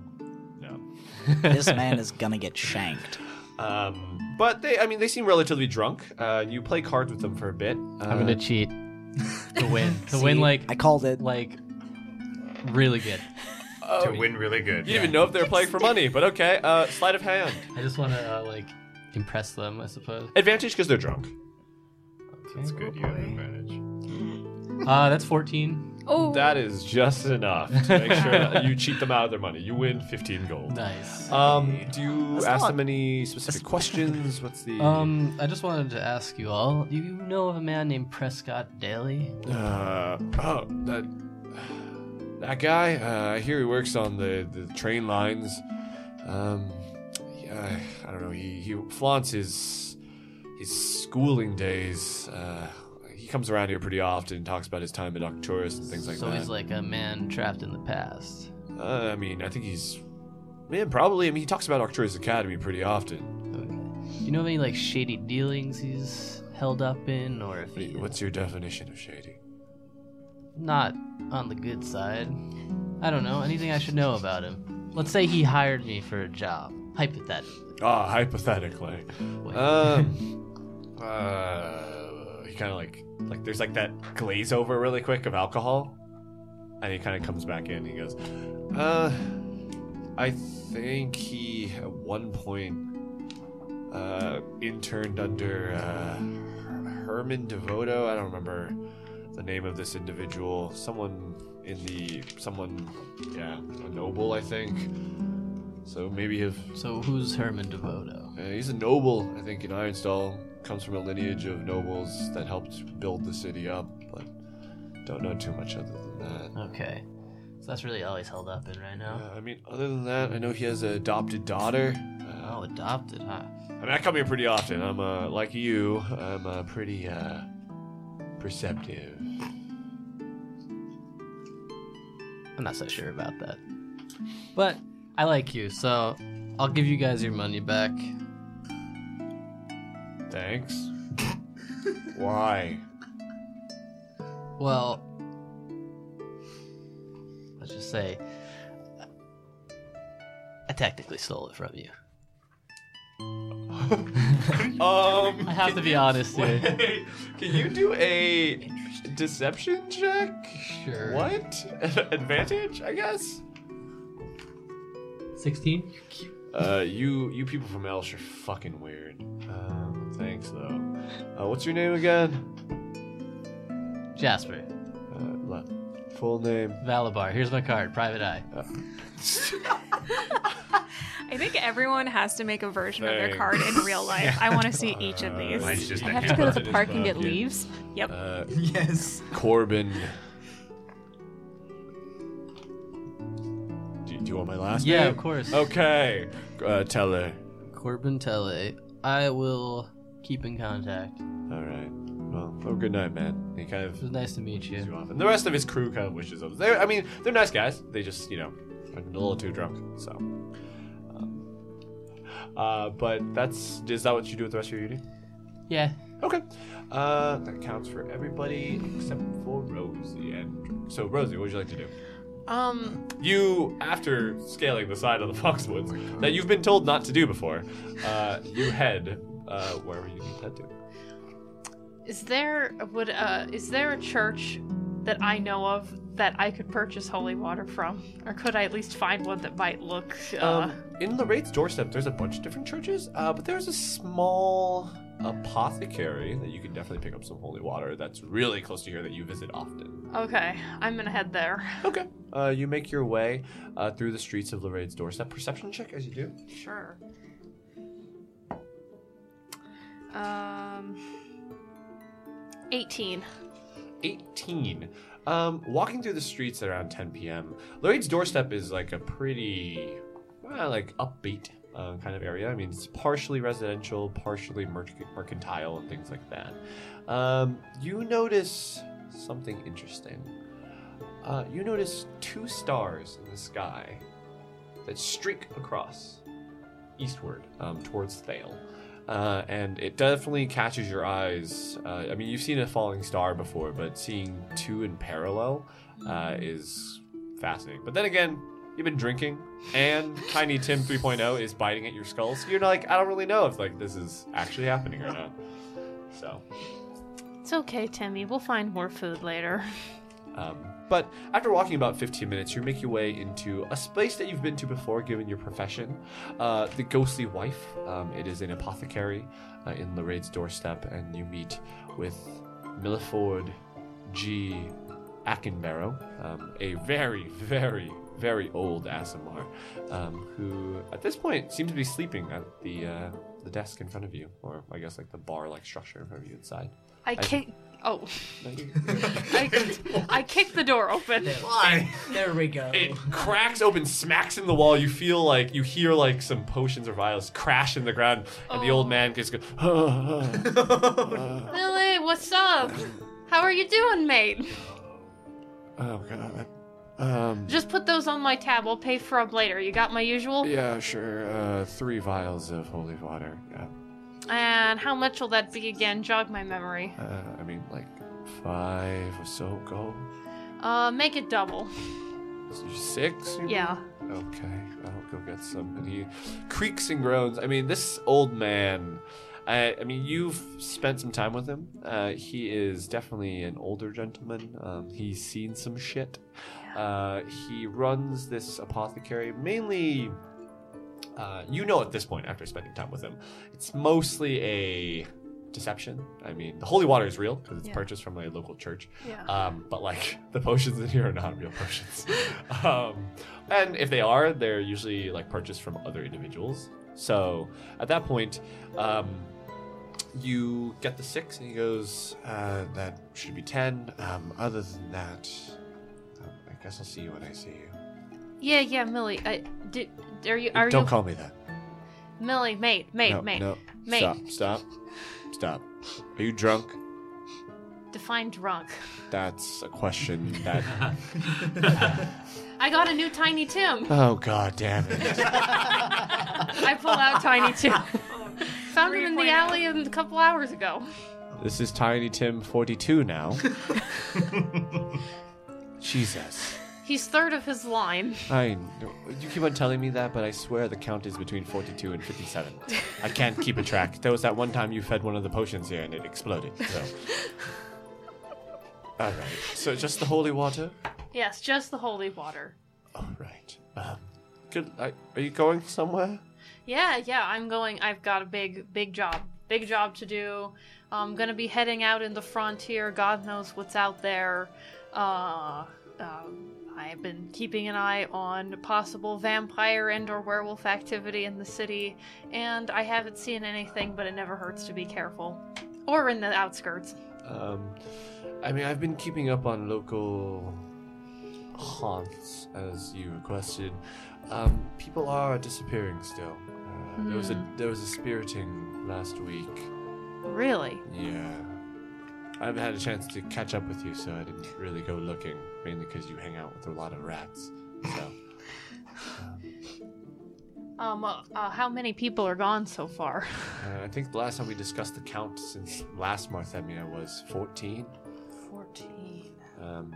this man is gonna get shanked. um, but they, I mean, they seem relatively drunk. Uh, you play cards with them for a bit. Uh, I'm gonna cheat to win. To win, See, like I called it. like really good. to win really good. You didn't even know if they were playing for money, but okay. Uh, sleight of hand. I just want to uh, like impress them, I suppose. Advantage because they're drunk. That's good. You have an advantage. Uh, that's 14. Oh, That is just enough to make <laughs> sure that you cheat them out of their money. You win 15 gold. Nice. Um, do you That's ask not- them any specific questions? What's the Um, I just wanted to ask you all. Do you know of a man named Prescott Daly? Uh, oh, that that guy. Uh, I hear he works on the, the train lines. Um, yeah, I don't know. He he flaunts his his schooling days. Uh, he comes around here pretty often and talks about his time at Arcturus and things like so that. he's like a man trapped in the past. uh, I mean, I think he's man. Probably. I mean, he talks about Arcturus Academy pretty often. Okay. Do you know of any like shady dealings he's held up in, or if he What's your definition of shady? not on the good side? I don't know. Anything I should know about him? Let's say he hired me for a job, hypothetically. Ah, hypothetically. Wait. Um, uh, he kind of like like there's like that glaze over really quick of alcohol, and he kind of comes back in. he goes, "Uh, I think he at one point uh interned under uh, Her- Herman Devoto. I don't remember the name of this individual. Someone in the someone, yeah, a noble, I think." So maybe if so who's Herman Devoto? uh, he's a noble, I think, in Ironstall. Comes from a lineage of nobles that helped build the city up, but don't know too much other than that. Okay. So that's really all he's held up in right now. Uh, I mean, other than that, I know he has an adopted daughter. Uh, Oh, adopted, huh? I mean, I come here pretty often. I'm, uh, like you, I'm uh, pretty uh, perceptive. I'm not so sure about that. But I like you, so I'll give you guys your money back. Thanks. <laughs> Why? Well, let's just say I technically stole it from you. Um, I have to be honest <laughs> here. wait, can you do a deception check? Sure. What? <laughs> Advantage, I guess? 16? Uh, you you people from Elsh are fucking weird. Um, thanks though. Uh, what's your name again? Jasper, Uh, la- full name. Valabar, here's my card, Private Eye. I think everyone has to make a version of Thanks. their card in real life. I want to see each of these. Uh, Mine's just I a <laughs> have to go to handwritten the park and get Yeah. leaves. Yep. Uh, Yes. Corbin. Do, do you want my last Yeah, name? of course. Okay. Uh, Teller. Corbin Tele, I will keep in contact. All right. Well, oh, good night, man. He kind of It was nice to meet leaves you. you off, and the rest of his crew kind of wishes up. They, I mean, they're nice guys. They just, you know, are a little too drunk. So. Um, uh, but that's is that what you do with the rest of your evening? Yeah, Okay. Uh, that counts for everybody except for Rosie. And so, Rosie, what would you like to do? Um, You, <laughs> after scaling the side of the Foxwoods that you've been told not to do before, uh, you head uh, wherever you need that to. Is there would uh is there a church that I know of that I could purchase holy water from, or could I at least find one that might look? Uh, Um, in Lorraine's doorstep, there's a bunch of different churches, uh, but there's a small apothecary that you can definitely pick up some holy water that's really close to here that you visit often. okay, I'm gonna head there. Okay. Uh, you make your way uh, through the streets of Lorraine's doorstep. Perception check as you do. Sure. Um, eighteen. 18. Um, walking through the streets at around 10 p.m., Lorraine's doorstep is like a pretty, well, like upbeat uh, kind of area. I mean, it's partially residential, partially merc- mercantile, and things like that. Um, you notice something interesting. Uh, you notice two stars in the sky that streak across eastward um, towards Thale. Uh, and it definitely catches your eyes. Uh, I mean, you've seen a falling star before, but seeing two in parallel uh, is fascinating. But then again, you've been drinking, and Tiny Tim 3.0 is biting at your skull, so you're like, I don't really know if like this is actually happening or not. So, It's okay, Timmy. We'll find more food later. um, but after walking about 15 minutes, you make your way into a space that you've been to before, given your profession. Uh, the Ghostly Wife. Um, it is an apothecary uh, in Lorraine's doorstep, and you meet with Milliford G. Ackenbarrow, um, a very, very, very old Asimar, um, who at this point seems to be sleeping at the uh, the desk in front of you, or I guess like the bar-like structure in front of you inside. I kick. Oh, No, you- I, I kicked the door open. Why? There we go. It cracks open, smacks in the wall. You feel like you hear like some potions or vials crash in the ground, and the old man <laughs> "Oh, just goes. Lily, what's up? How are you doing, mate? Oh god. Um. Just put those on my tab. I'll pay for them later. You got my usual? Yeah, sure. Uh, three vials of holy water. Yeah. And how much will that be again? Jog my memory. Uh, I mean, like five or so gold. Uh, make it double. Six? you Yeah. Okay, I'll go get some. and he creaks and groans. I mean, this old man. I, I mean, you've spent some time with him. Uh, he is definitely an older gentleman. Um, he's seen some shit. Uh, he runs this apothecary mainly. Uh, you know, at this point, after spending time with him, it's mostly a deception. I mean, the holy water is real because it's purchased from a local church. Yeah. Um, but like <laughs> the potions in here are not real potions. <laughs> um, and if they are, they're usually like purchased from other individuals. So at that point, um, you get the six, and he goes, Uh, that should be ten. Um, other than that, um, I guess I'll see you when I see you. Yeah, yeah, Millie. I, did, are you? Are Don't you? call me that. Millie, mate, mate, no, mate. no. mate. Stop, stop, stop. Are you drunk? Define drunk. That's a question that. I got a new Tiny Tim. oh god damn it. I pull out Tiny Tim. Found him in the alley a couple hours ago. This is Tiny Tim 42 now. Jesus. He's third of his line. "I, know- you keep on telling me that, but I swear the count is between forty-two and fifty-seven. I can't keep a track. There was that one time you fed one of the potions here and it exploded. So, all right. So just the holy water. Yes, just the holy water. All right. Um, good. I, are you going somewhere? Yeah, yeah, I'm going. I've got a big, big job. Big job to do. I'm gonna be heading out in the frontier. God knows what's out there. Uh, um, I've been keeping an eye on possible vampire and/or werewolf activity in the city, and I haven't seen anything. But it never hurts to be careful, or in the outskirts. Um, I mean, I've been keeping up on local haunts as you requested. Um, people are disappearing still. Uh, There was a there was a spiriting last week. Really? Yeah, I haven't had a chance to catch up with you, so I didn't really go looking. Mainly because you hang out with a lot of rats. So Um, uh, uh, how many people are gone so far? <laughs> uh, I think the last time we discussed the count since last Marthemia was fourteen. Fourteen. Um,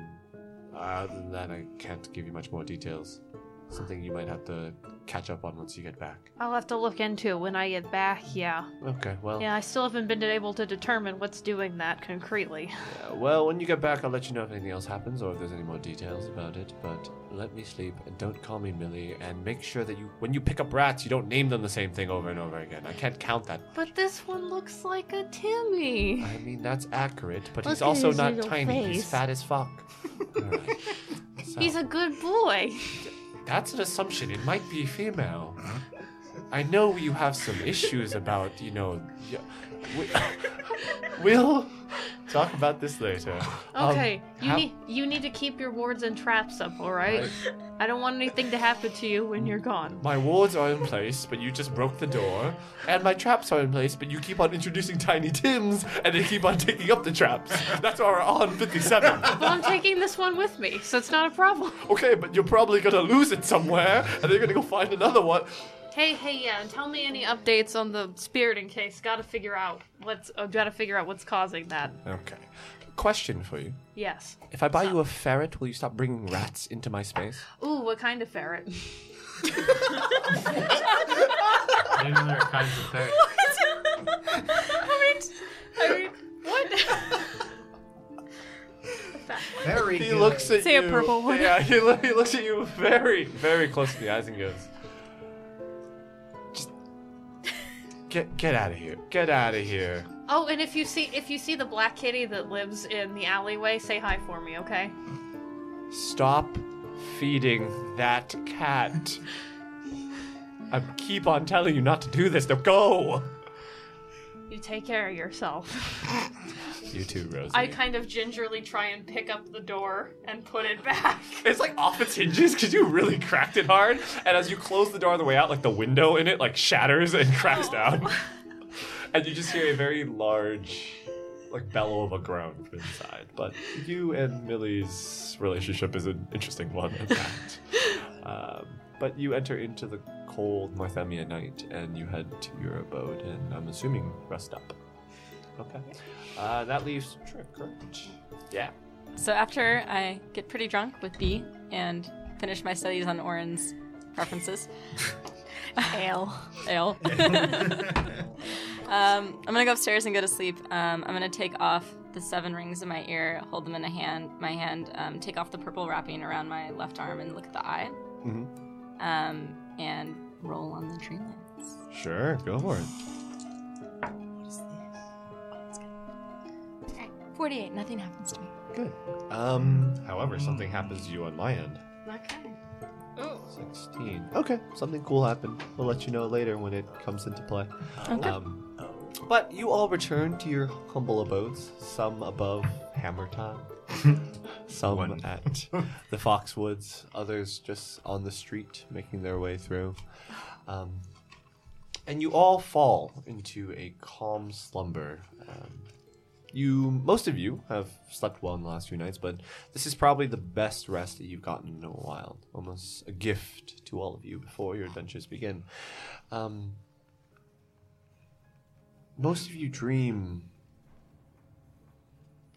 other than that, I can't give you much more details. Something you might have to catch up on once you get back. I'll have to look into it when I get back, yeah. Okay, well, Yeah, I still haven't been able to determine what's doing that concretely. yeah, uh, well, when you get back, I'll let you know if anything else happens or if there's any more details about it. But let me sleep and don't call me Millie. And make sure that you, when you pick up rats, you don't name them the same thing over and over again. I can't count that. But this one looks like a Timmy. I mean, that's accurate, but he's Look at also his not little tiny. He's face. fat <laughs> as fuck. All right. So, He's a good boy. that's an assumption. It might be female. I know you have some issues about, you know. y- We, <laughs> we'll talk about this later. Um, Okay, you how- need you need to keep your wards and traps up, all right? I don't want anything to happen to you when <laughs> you're gone. My wards are in place, but you just broke the door. And my traps are in place, but you keep on introducing Tiny Tims, and they keep on taking up the traps. That's why we're on 57. Well, I'm taking this one with me, so it's not a problem. okay, but you're probably gonna lose it somewhere, and they're gonna go find another one. Hey, hey, yeah, and tell me any updates on the spirit in case. Gotta figure out what's. Uh, gotta figure out what's causing that. Okay. Question for you. Yes. If I buy you a ferret, will you stop bringing rats into my space? Ooh, what kind of ferret? Maybe there are kinds of ferrets. Very He looks at Say you. a purple one. Yeah, he, lo- he looks at you very, very close to the eyes and goes, "Just get get out of here. Get out of here." <laughs> Oh, and if you see if you see the black kitty that lives in the alleyway, say hi for me, okay? Stop feeding that cat. I keep on telling you not to do this. Now go. You take care of yourself. You too, Rosie. I kind of gingerly try and pick up the door and put it back. <laughs> It's like off its hinges because you really cracked it hard. And as you close the door on the way out, like the window in it like shatters and cracks down. and you just hear a very large, like bellow of a groan from inside. But you and Millie's relationship is an interesting one, in <laughs> fact. um, but you enter into the cold Marthemia night and you head to your abode and I'm assuming rest up. Okay. Uh, that leaves Trick, correct? Yeah. So after I get pretty drunk with B and finish my studies on Oren's preferences, ale, ale. <laughs> um, I'm gonna go upstairs and go to sleep. Um, I'm gonna take off the seven rings in my ear, hold them in a hand, my hand, um, take off the purple wrapping around my left arm, and look at the eye, um, and roll on the dreamlands. Sure, go for it. Okay, 48. Nothing happens to me. Um, however, something happens to you on my end. Okay. 16. Okay, something cool happened. We'll let you know later when it comes into play. Um, but you all return to your humble abodes, some above Hammer <laughs> Time, some One. at the Foxwoods, others just on the street making their way through. Um, and you all fall into a calm slumber. Um, you, most of you, have slept well in the last few nights, but this is probably the best rest that you've gotten in a while. Almost a gift to all of you before your adventures begin. Um, most of you dream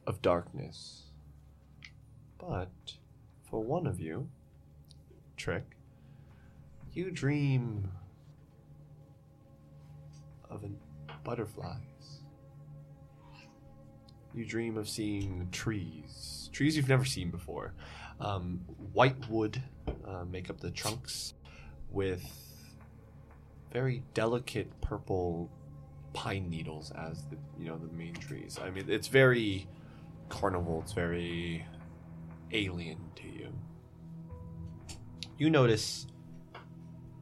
of darkness, but for one of you, Trick, you dream of an butterflies. You dream of seeing trees, trees you've never seen before. Um, white wood uh, make up the trunks with very delicate purple pine needles as the you know the main trees. I mean, it's very carnival. It's very alien to you. You notice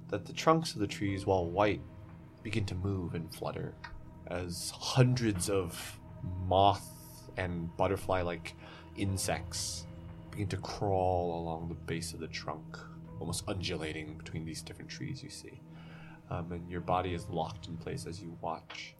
that the trunks of the trees, while white, begin to move and flutter as hundreds of moth and butterfly like insects begin to crawl along the base of the trunk, almost undulating between these different trees you see. Um, and your body is locked in place as you watch.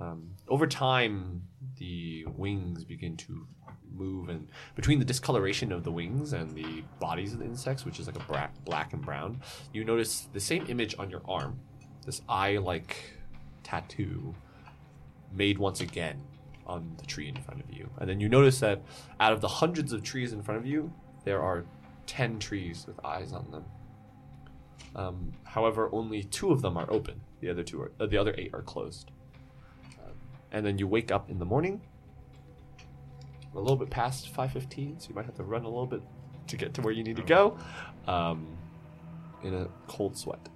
Um, over time, the wings begin to move, and between the discoloration of the wings and the bodies of the insects, which is like a bra- black and brown, you notice the same image on your arm this eye like tattoo made once again on the tree in front of you. And then you notice that out of the hundreds of trees in front of you, there are 10 trees with eyes on them. Um, however, only two of them are open. The other two are uh, the other eight are closed. Um, and then you wake up in the morning, a little bit past five fifteen, so you might have to run a little bit to get to where you need to go, um, in a cold sweat.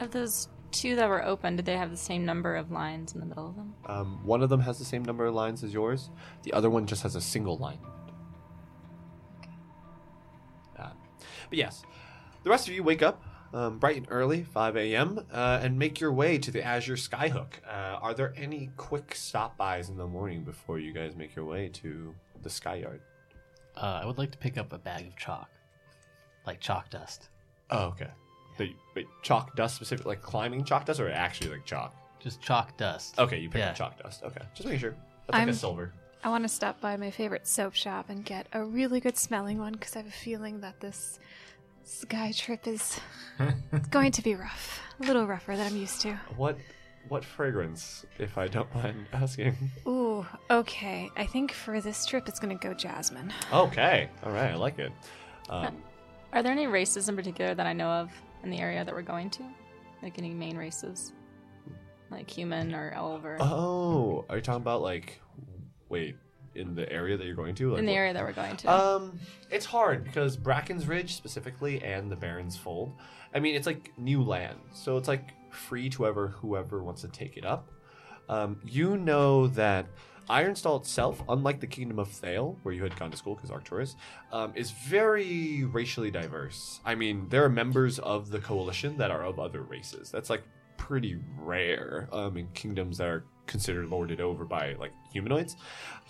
Of those two that were open, did they have the same number of lines in the middle of them? Um, one of them has the same number of lines as yours. The other one just has a single line. Uh, but yes, the rest of you wake up um, bright and early, 5 a.m., uh, and make your way to the Azure Skyhook. Uh, are there any quick stop bys in the morning before you guys make your way to the Sky Yard? Uh, I would like to pick up a bag of chalk, like chalk dust, Oh, okay. So you- wait, chalk dust specific, like climbing chalk dust, or actually like chalk? just chalk dust. Okay, you pick Yeah. up chalk dust. Okay, just making sure. That's like I'm- a silver. I want to stop by my favorite soap shop and get a really good smelling one because I have a feeling that this sky trip <laughs> is going to be rough. A little rougher than I'm used to. What, what fragrance, if I don't mind asking? Ooh, okay. I think for this trip it's going to go jasmine. Okay. All right. I like it. <laughs> Um, Are there any races in particular that I know of in the area that we're going to? Like any main races? Like human or elf or oh, are you talking about like, wait, in the area that you're going to? Like, in the what- area that we're going to? Um, it's hard because Bracken's Ridge specifically and the Barren's Fold. I mean, it's like new land, so it's like free to whoever whoever wants to take it up. Um, you know that Ironstall itself, unlike the Kingdom of Thale, where you had gone to school because Arcturus, um, is very racially diverse. I mean, there are members of the coalition that are of other races. That's like pretty rare um, in kingdoms that are considered lorded over by like humanoids.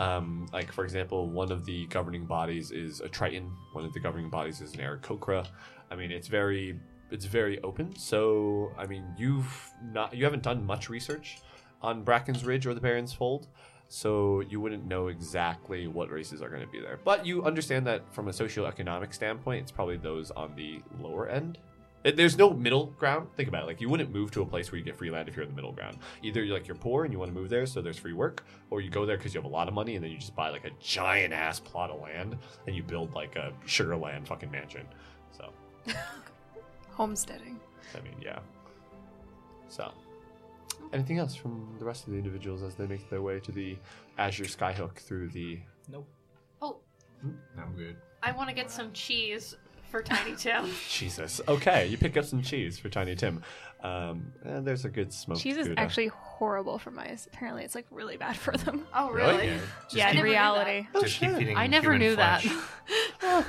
Um, like for example, one of the governing bodies is a Triton. One of the governing bodies is an Aarakocra. I mean, it's very it's very open. So I mean, you've not you haven't done much research on Bracken's Ridge or the Baron's Fold. So you wouldn't know exactly what races are going to be there, but you understand that from a socioeconomic standpoint, it's probably those on the lower end it- There's no middle ground. Think about it. Like you wouldn't move to a place where you get free land if you're in the middle ground. Either you're like you're poor and you want to move there, so there's free work, or you go there because you have a lot of money and then you just buy like a giant ass plot of land and you build like a sugar land fucking mansion. So Homesteading. I mean, yeah. So anything else from the rest of the individuals as they make their way to the Azure Skyhook through the Oh, I'm good. I want to get some cheese for Tiny Tim. Jesus. Okay, you pick up some cheese for Tiny Tim. Um, and there's a Oh, good smoke. Cheese is actually horrible for mice. Apparently, it's like really bad for them. oh, Really? really? Yeah. Yeah, in reality. Reality. Oh, Just keep feeding I never human knew flesh. that.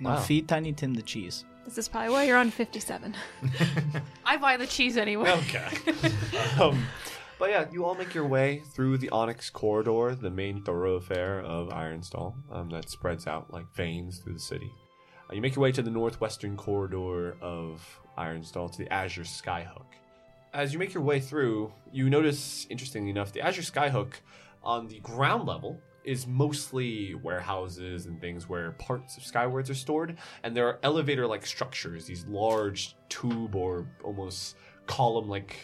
Now Wow. feed Tiny Tim the cheese. This is probably why you're on 57. I buy the cheese anyway. Okay. um, but yeah, you all make your way through the Onyx Corridor, the main thoroughfare of Ironstall um, that spreads out like veins through the city. Uh, you make your way to the northwestern corridor of Ironstall to the Azure Skyhook. As you make your way through, you notice, interestingly enough, the Azure Skyhook on the ground level is mostly warehouses and things where parts of Skywards are stored, and there are elevator like structures, these large tube or almost column like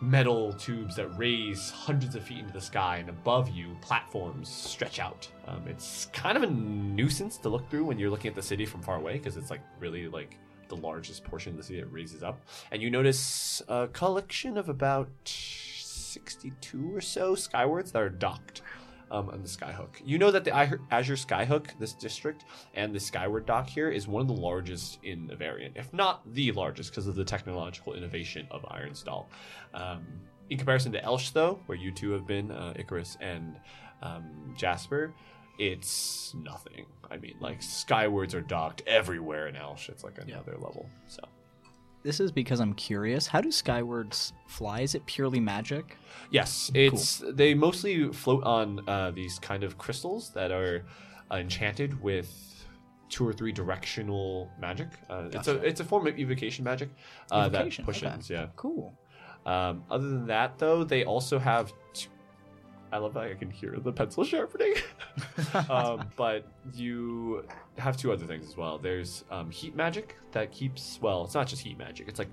metal tubes that raise hundreds of feet into the sky, and above you, platforms stretch out. Um, it's kind of a nuisance to look through when you're looking at the city from far away because it's like really like the largest portion of the city that raises up, and you notice a collection of about sixty-two or so skywards that are docked. Um, on the Skyhook. You know that the I- Azure Skyhook, this district, and the Skyward Dock here is one of the largest in the variant, if not the largest, because of the technological innovation of Ironstall. Um, in comparison to Elsh, though, where you two have been, uh, Icarus and um, Jasper, it's nothing. I mean, like, Skywards are docked everywhere in Elsh. It's like another level. So, This is because I'm curious. How do Skywards fly? Is it purely magic? yes, it's they mostly float on uh, these kind of crystals that are uh, enchanted with two or three directional magic. Uh, It's a Gotcha. it's a form of evocation magic uh, Evocation, that pushes. okay. Yeah. Cool. Um, other than that, though, they also have. T- I love that I can hear the pencil sharpening. <laughs> um, but you have two other things as well. There's um, heat magic that keeps. Well, it's not just heat magic. It's like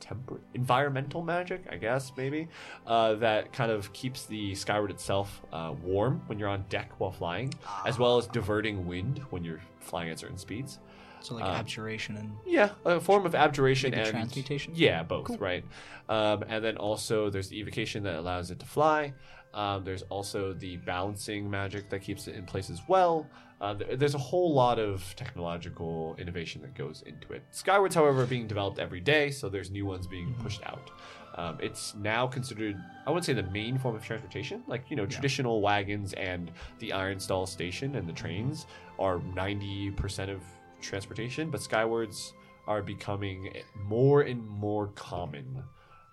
temper environmental magic, I guess maybe, uh, that kind of keeps the Skyward itself uh, warm when you're on deck while flying, as well as diverting wind when you're flying at certain speeds. So like Uh, abjuration and Yeah, a form of abjuration Maybe and transmutation? Yeah, both, right? Um, and then also there's the evocation that allows it to fly. Um, there's also the balancing magic that keeps it in place as well. Uh, th- there's a whole lot of technological innovation that goes into it. Skywards, however, are being developed every day, so there's new ones being Mm-hmm. pushed out. Um, it's now considered, I wouldn't say the main form of transportation. Like, you know, traditional wagons and the iron stall station and the trains are 90% of transportation, but skywards are becoming more and more common,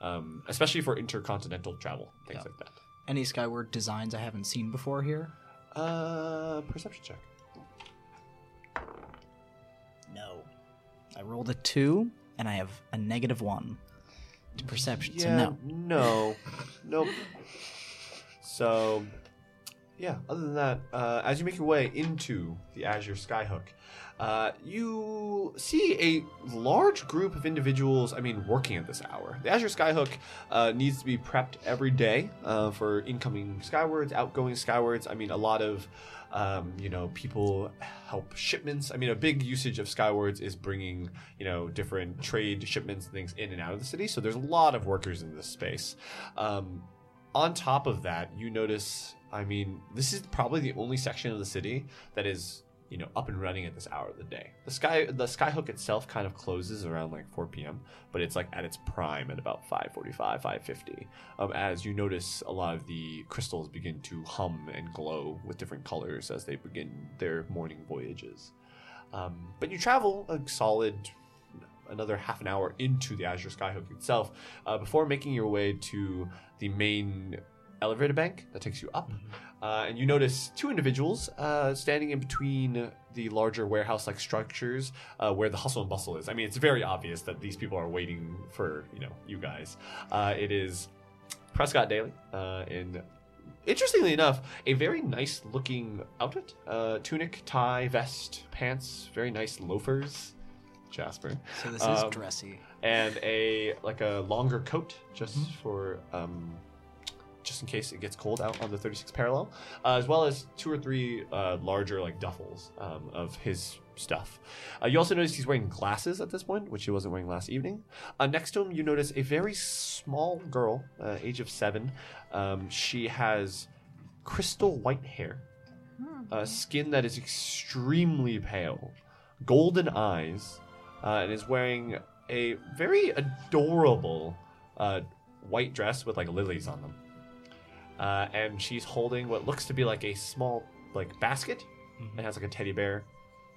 um, especially for intercontinental travel, things like that. any Skyward designs I haven't seen before here. Uh, perception check. No, I rolled a two and I have a negative one to perception. So no. no, nope. So, yeah. Other than that, uh, as you make your way into the Azure Skyhook, uh, you see a large group of individuals. I mean, working at this hour. The Azure Skyhook uh, needs to be prepped every day uh, for incoming skywards, outgoing skywards. I mean, a lot of um, you know people help shipments. I mean, a big usage of skywards is bringing you know different trade shipments and things in and out of the city. So there's a lot of workers in this space. Um, on top of that, you notice, I mean, this is probably the only section of the city that is, you know, up and running at this hour of the day. The sky the skyhook itself kind of closes around like 4 p.m., but it's like at its prime at about 5:45, 5:50. Um, as you notice a lot of the crystals begin to hum and glow with different colors as they begin their morning voyages. Um, but you travel a solid another half an hour into the Azure Skyhook itself uh, before making your way to the main elevator bank that takes you up. Uh, and you notice two individuals uh, standing in between the larger warehouse like structures uh, where the hustle and bustle is. I mean, it's very obvious that these people are waiting for, you know, you guys. Uh, it is Prescott Daily uh, in interestingly enough, a very nice looking outfit uh, tunic, tie, vest, pants, very nice loafers. Jasper. So this Um, is dressy. And a like a longer coat just for um, just in case it gets cold out on the 36th parallel, uh, as well as two or three uh, larger like duffels um, of his stuff. Uh, you also notice he's wearing glasses at this point, which he wasn't wearing last evening. Uh, next to him, you notice a very small girl, uh, age of seven. Um, she has crystal white hair, uh, skin that is extremely pale, golden eyes, uh, and is wearing a very adorable uh, white dress with like lilies on them uh, and she's holding what looks to be like a small like basket. It has like a teddy bear,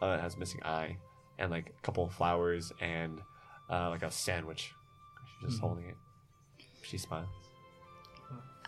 uh, it has a missing eye, and like a couple of flowers and uh, like a sandwich. She's just holding it. She smiles.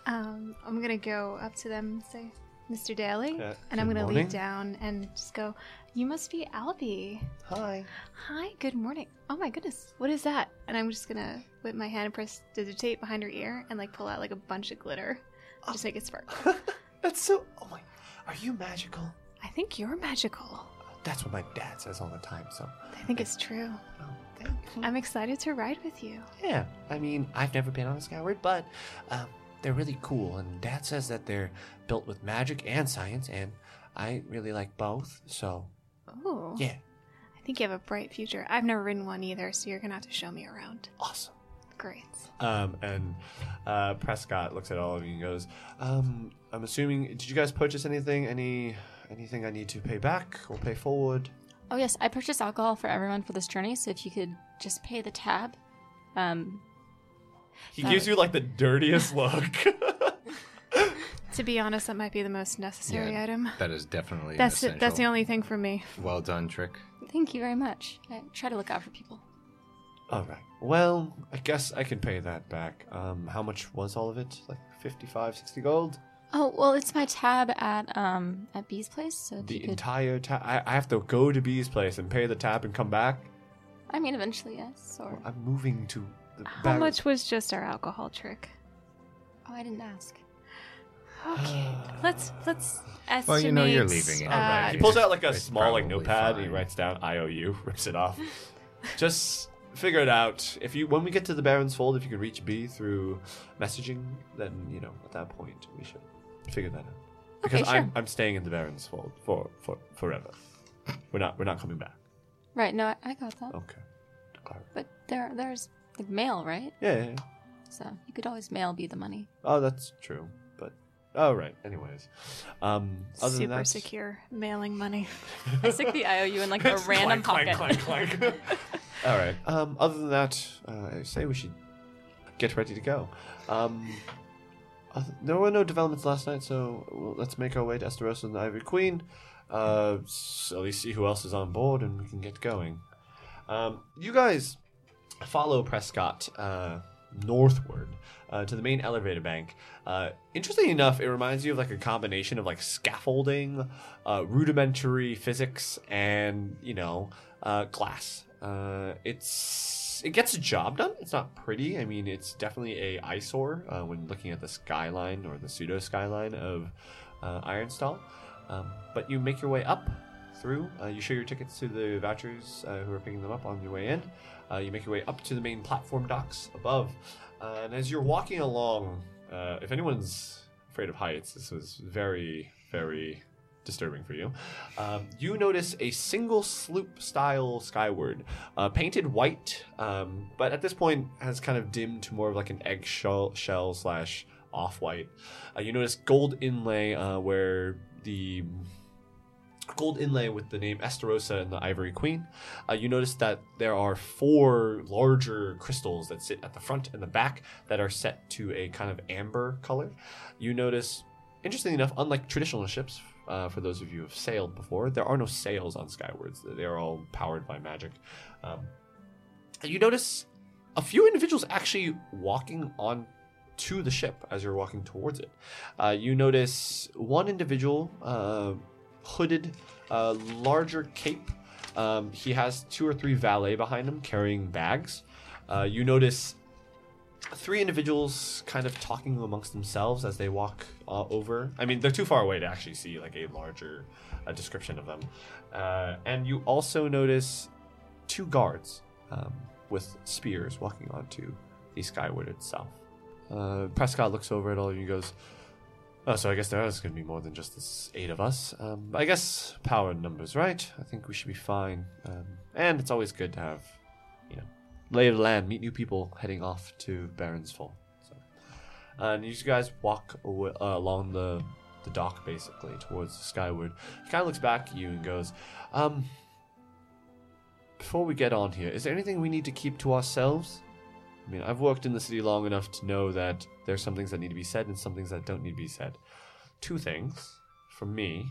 Um, I'm gonna go up to them and say, Mr. Daly, Uh, and I'm good gonna morning. lean down and just go, You must be Albie. Hi. Hi, good morning. Oh my goodness, what is that? And I'm just gonna, with my hand, press digitate behind her ear and like pull out like a bunch of glitter. Oh. Just make it sparkle. <laughs> That's so. Oh my. Are you magical? I think you're magical. That's what my dad says all the time. So. I think it's true. Oh, thank you. I'm excited to ride with you. Yeah, I mean, I've never been on a Skyward, but um, they're really cool, and Dad says that they're built with magic and science, and I really like both, so Oh, yeah, I think you have a bright future. I've never ridden one either, so you're gonna have to show me around. awesome. Great. Um, and uh, Prescott looks at all of you and goes, um, "I'm assuming, did you guys purchase anything? Any anything I need to pay back or pay forward?" Oh yes, I purchased alcohol for everyone for this journey, so if you could just pay the tab. Um, He gives you like the dirtiest <laughs> look. To be honest, that might be the most necessary Yeah. item. That is definitely That's it, that's the only thing for me. Well done, trick. thank you very much. I try to look out for people. all right. Well, I guess I can pay that back. Um, how much was all of it? Like 55, 60 gold? Oh well, it's my tab at um at Bee's place, so if you The could, entire tab. I, I have to go to B's place and pay the tab and come back. I mean, eventually yes. Or I'm moving to the How back- much was just our alcohol trick? oh, I didn't ask. Okay, let's let's estimate. Well, you know you're leaving it. uh, He pulls out like a It's small like probably <laughs> notepad and he fine. writes down IOU, rips it off. Just figure it out. If you, when we get to the Baron's Fold, if you can reach B through messaging, then you know at that point we should figure that out. Because Okay, I'm, sure. I'm staying in the Baron's Fold for, for forever. We're not we're not coming back. Right, no, I, I got Oh. that. Okay. Clara. But there, there's like mail, right? Yeah, yeah, yeah. So you could always mail be the <laughs> money. Oh, that's true. But oh, right. Anyways, um, other than Super that, secure mailing <laughs> money. I stick the IOU in like a random pocket. All right. Um, other than that, uh, I say we should get ready to go. Um, oth- there were no developments last night, so well, let's make our way to Esteros and the Ivory Queen. Uh, s- at least see who else is on board, and we can get going. Um, you guys follow Prescott uh, northward uh, to the main elevator bank. Uh, interestingly enough, it reminds you of like a combination of like scaffolding, uh, rudimentary physics, and you know uh, glass. Uh, it's it gets a job done. It's not pretty. I mean, it's definitely a eyesore uh, when looking at the skyline or the pseudo skyline of uh, Ironstall. Um, but you make your way up through. Uh, you show your tickets to the vouchers uh, who are picking them up on your way in. Uh, you make your way up to the main platform docks above. Uh, and as you're walking along, uh, if anyone's afraid of heights, this was very, very disturbing for you. Um, you notice a single sloop style skyward, uh, painted white, um, but at this point has kind of dimmed to more of like an eggshell shell slash off white. Uh, you notice gold inlay uh, where the gold inlay with the name Esterosa and the Ivory Queen. Uh, you notice that there are four larger crystals that sit at the front and the back that are set to a kind of amber color. You notice, interestingly enough, unlike traditional ships, uh, for those of you who have sailed before, there are no sails on Skywards. They are all powered by magic. Um, and you notice a few individuals actually walking on to the ship as you're walking towards it. Uh, you notice one individual, uh, hooded, uh, larger cape. Um, he has two or three valet behind him carrying bags. Uh, you notice three individuals kind of talking amongst themselves as they walk uh, over. I mean, they're too far away to actually see like a larger uh, description of them. Uh, and you also notice two guards um, with spears walking onto the skyward itself. Uh, Prescott looks over at all of you and goes, "Oh, so I guess there is going to be more than just this eight of us. Um, I guess power and numbers, right? I think we should be fine. Um, and it's always good to have, you know, lay of the land, meet new people heading off to Baron's Fall. So, and you guys walk awa uh, along the the dock basically towards skyward. He kind of looks back at you and goes, um, "Before we get on here, is there anything we need to keep to ourselves?" I mean, I've worked in the city long enough to know that there's some things that need to be said and some things that don't need to be said. Two things from me.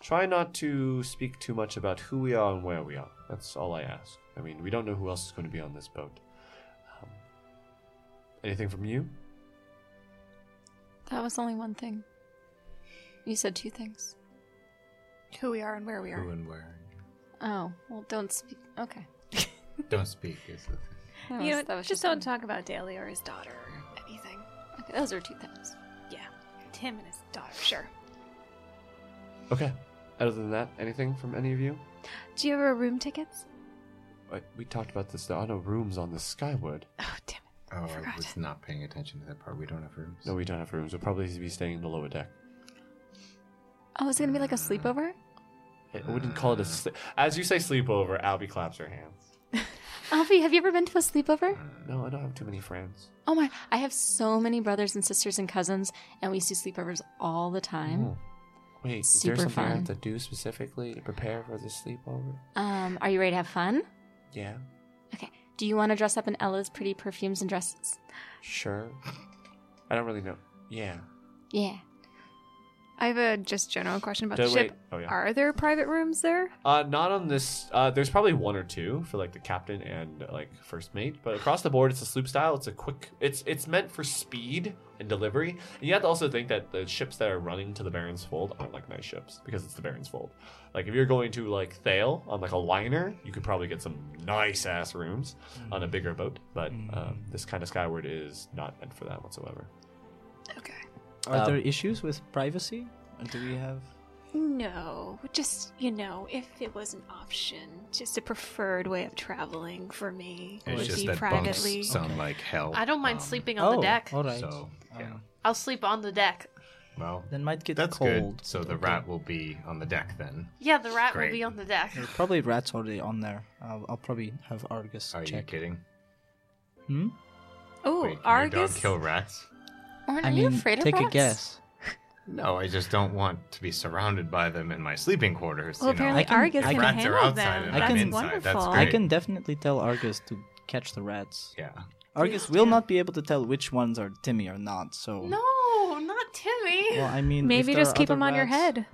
Try not to speak too much about who we are and where we are. That's all I ask. I mean, we don't know who else is going to be on this boat. Um, anything from you? That was only one thing. You said two things. Who we are and where we are. Who and where? Oh, well, don't speak. Okay. Don't speak is the thing. That You was- that know, was just don't one. talk about Daly or his daughter or anything. Okay, those are two things. Yeah, Tim and his daughter. Sure. Okay. Other than that, anything from any of you? Do you have room tickets? Wait, Uh, we talked about this. There are no rooms on the Skyward. Oh, damn Oh, I was not paying attention to that part. We don't have rooms. No, we don't have rooms. We'll probably be staying in the lower deck. Oh, is it gonna be like a sleepover? I wouldn't call it a. Sli- As you say sleepover, Albie claps her hands. Alfie, have you ever been to a sleepover? No, I don't have too many friends. Oh my, I have so many brothers and sisters and cousins, and we used to sleepovers all the time. Oh. Wait, is Super there something I fun. have to do specifically to prepare for this sleepover? Um, are you ready to have fun? Yeah, Okay. Do you want to dress up in Ella's pretty perfumes and dresses? sure. I don't really know. Yeah. Yeah. I have a just general question about Do- the ship. wait. Oh, yeah. Are there private rooms there? Uh, not on this. Uh, there's probably one or two for like the captain and like first mate, but across the board, it's a sloop style. It's a quick. It's it's meant for speed and delivery. And you have to also think that the ships that are running to the Baron's Fold aren't like nice ships because it's the Baron's Fold. Like if you're going to like Thale on like a liner, you could probably get some nice ass rooms on a bigger boat. But um, this kind of Skyward is not meant for that whatsoever. Are Um, there issues with privacy? Do we have? No, just, you know, if it was an option, just a preferred way of traveling for me. It's would just be that privately. bunks sound like hell. I don't mind Um, sleeping on the deck. All right. So yeah, Oh, Um, I'll sleep on the deck. well, then might get that's cold. good. So the rat will be on the deck then. Yeah, the rat Great. will be on the deck. There's probably rats already on there. I'll, I'll probably have Argus Are you check. kidding? Hmm? Oh, Wait, can your dog Argus. kill rats? Aren't I you mean, afraid of take a rats? guess. No, I just don't want to be surrounded by them in my sleeping quarters. Well, you know? apparently I can- Argus I can can- Rats are handle outside them. and I That's can- wonderful. inside. That's I great. can definitely tell Argus to catch the rats. Yeah. Argus will not be able to tell which ones are Timmy or not. So No, not Timmy. Well, I mean, Maybe if there just are keep other them on your rats- head.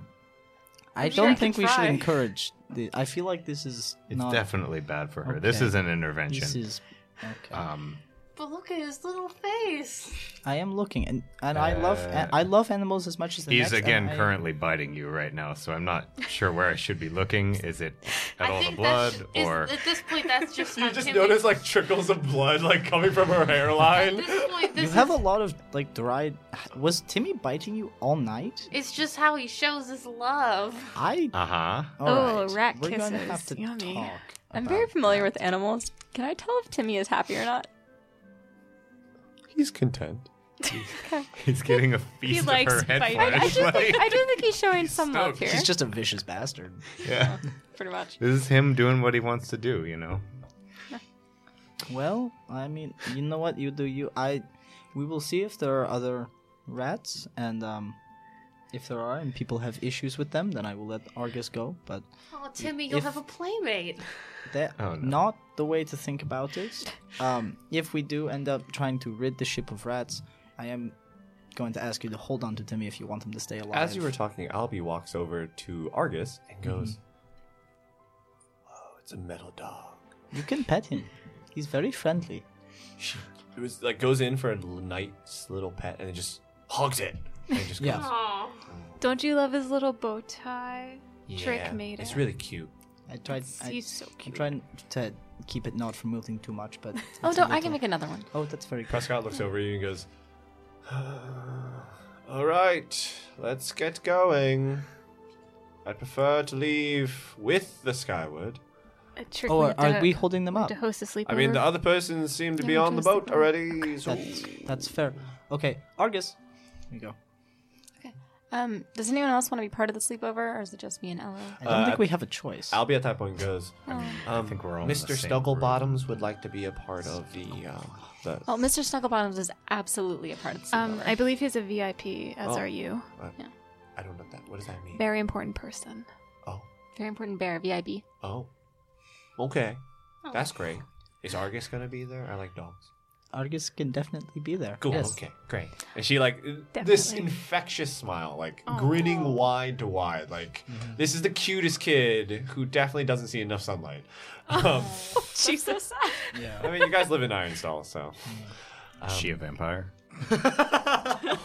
I I'm sure I don't can think we should try. encourage. The, I feel like this is It's not. definitely bad for her. This Okay. is an intervention. This is okay. um, But look at his little face. I am looking, and and I love Uh, I love animals as much as the he's next, and again I- currently biting you right now, so I'm not sure where I should be looking. <laughs> Is it at I all the think blood that's, is- or at this point that's just how You just Timmy- notice like trickles of blood like coming from her At hairline. this point, You this have a is, lot of like dried. Was Timmy biting you all night? it's just how he shows his love. I. uh huh? Oh, alright, rat We're gonna kisses. have to Yummy. talk. I'm very about familiar that. with animals. Can I tell if Timmy is happy or not? He's content. He's getting a feast of likes her head biting. I, I flesh. just think, like, I do think he's <laughs> showing some love Stoked. here. He's just a vicious bastard. yeah. pretty much. This is him doing what he wants to do, you know. Well, I mean, you know what? You do you. I. We will see if there are other rats, and um, if there are, and people have issues with them, then I will let Argus go. But Oh, Timmy, you'll If- have a playmate. that Oh, no. not the way to think about it. Um, if we do end up trying to rid the ship of rats, I am going to ask you to hold on to Timmy if you want him to stay alive. As you were talking, Albie walks over to Argus and Mm-hmm. goes, "Oh, it's a metal dog." you can pet him. He's very friendly. She it was like goes in for a l- nice little pet and then just hogs it. And just Yeah. goes, Oh, Don't you love his little bow tie? "Yeah, Trick made It's it. really cute. I tried. I, He's so I'm cute. trying to keep it not from moving too much, but Oh it's a no, I little- can make another one. Oh, that's very good. Prescott looks over at you and goes, "Uh, All right, let's get going. I'd prefer to leave with the Skyward. A trick Oh, made are, are the- we holding them up? to host a sleepover? I mean, the other persons seem to be Yeah, on the just boat the- already. So That's, that's fair. Okay, Argus. Here you go. Um, does anyone else want to be part of the sleepover, or is it just me and Ella? I don't think we have a choice. Albie at that point goes, um, think we're all in the Mr. same Snugglebottoms would like to be a part of the. Uh, the Oh, Mr. Snugglebottoms is absolutely a part of the sleepover. Um, I believe he's a VIP, as Oh. are you. uh, I don't know that. What does that mean? Very important person. Oh, Very important bear, VIB. oh. Okay. That's great. Is Argus going to be there? I like dogs. Argus can definitely be there. Cool. Yes. Okay. Great. And she like this infectious smile, like grinning wide to wide. Like Mm-hmm. this is the cutest kid who definitely doesn't see enough sunlight. Um, <laughs> Jesus. I mean, you guys live in Ironstall, so Um, Is she a vampire?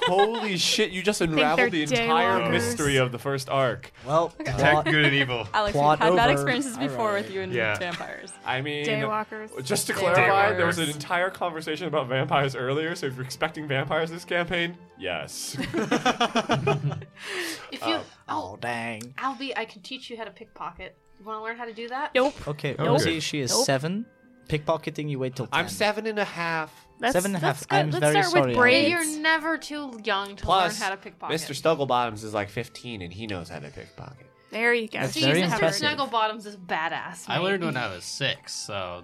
holy shit, you just unraveled the they're entire daywalkers. mystery of the first arc. Well, Detect good and evil. Alex, we've Plot had bad over. experiences before with you and Yeah. vampires. I mean, Daywalkers. just to clarify, Daywalkers. there was an entire conversation about vampires earlier. So if you're expecting vampires this campaign, yes. if you, oh dang. Albie, I can teach you how to pickpocket. You want to learn how to do that? Nope. Okay, Nope. Rosie, she is seven. Pickpocketing, you wait till ten. <laughs> I'm seven and a half. Let's, Seven and a half. let's I'm let's very start sorry, with Elliot. braids. You're never too young to Plus, learn how to pickpocket. Mr. Snugglebottoms is like 15 and he knows how to pickpocket. There you go. That's See, She's very covered. Mr. impressive. Snugglebottoms is badass. I mate. learned when I was six, so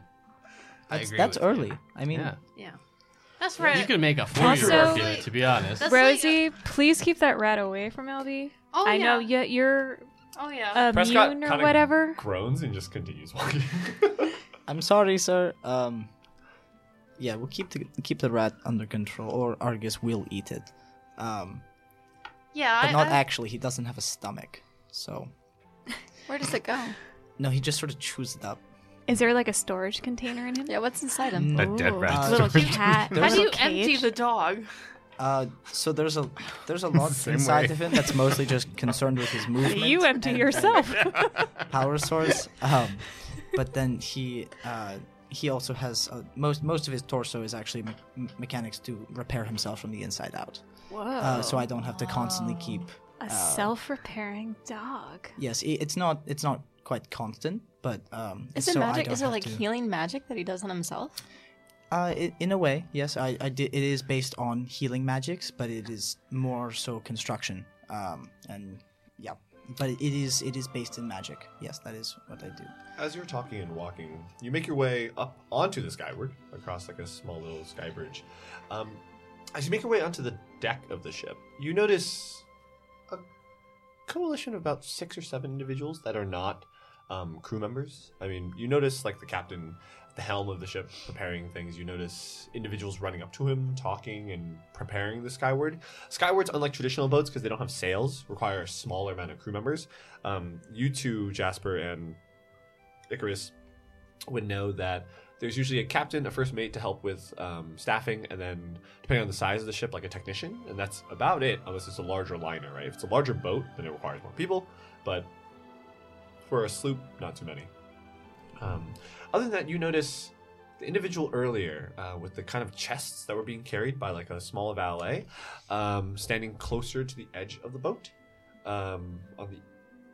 I That's, agree that's with you. early. I mean, yeah, Yeah, that's right. you can make a four-year-old do it. Also- To be honest, That's like- Rosie, please keep that rat away from LB. Oh, I know yeah. you, you're Oh yeah. Prescott immune or kinda whatever. groans and just continues walking. I'm sorry, sir. Um, yeah, we'll keep the keep the rat under control, or Argus will eat it. Um, yeah. but I, not I, actually. He doesn't have a stomach, so Where does it go? no, he just sort of chews it up. Is there like a storage container <laughs> in him? Yeah, what's inside him? A dead rat. Uh, Little there's- cat. How there's do little you cage? empty the dog? Uh, so there's a there's a lot Same inside way. of him that's mostly just concerned with his <laughs> movement. You empty and- yourself. power source. Um, but then he uh, he also has uh, most most of his torso is actually me- mechanics to repair himself from the inside out. <laughs> Whoa. Uh, so I don't have to constantly keep A self-repairing dog. Yes, i it's not it's not quite constant, but um, Is it so I magic? don't Is it have like to- healing magic that he does on himself? Uh, i in a way, yes. I, I di- it is based on healing magics, but it is more so construction. Um, and yeah, but it is it is based in magic. Yes, that is what I do. As you're talking and walking, you make your way up onto the skyward across like a small little sky bridge. Um, as you make your way onto the deck of the ship, you notice a coalition of about six or seven individuals that are not um, crew members. I mean, you notice like the captain at the helm of the ship preparing things. You notice individuals running up to him, talking and preparing the skyward. Skywards, unlike traditional boats, because they don't have sails, require a smaller amount of crew members. Um, you two, Jasper and Icarus would know that there's usually a captain, a first mate to help with um, staffing, and then depending on the size of the ship, like a technician, and that's about it. Unless it's a larger liner, right? If it's a larger boat, then it requires more people, but for a sloop, not too many. Um, other than that, you notice the individual earlier uh, with the kind of chests that were being carried by like a small valet, um, standing closer to the edge of the boat, um, on the,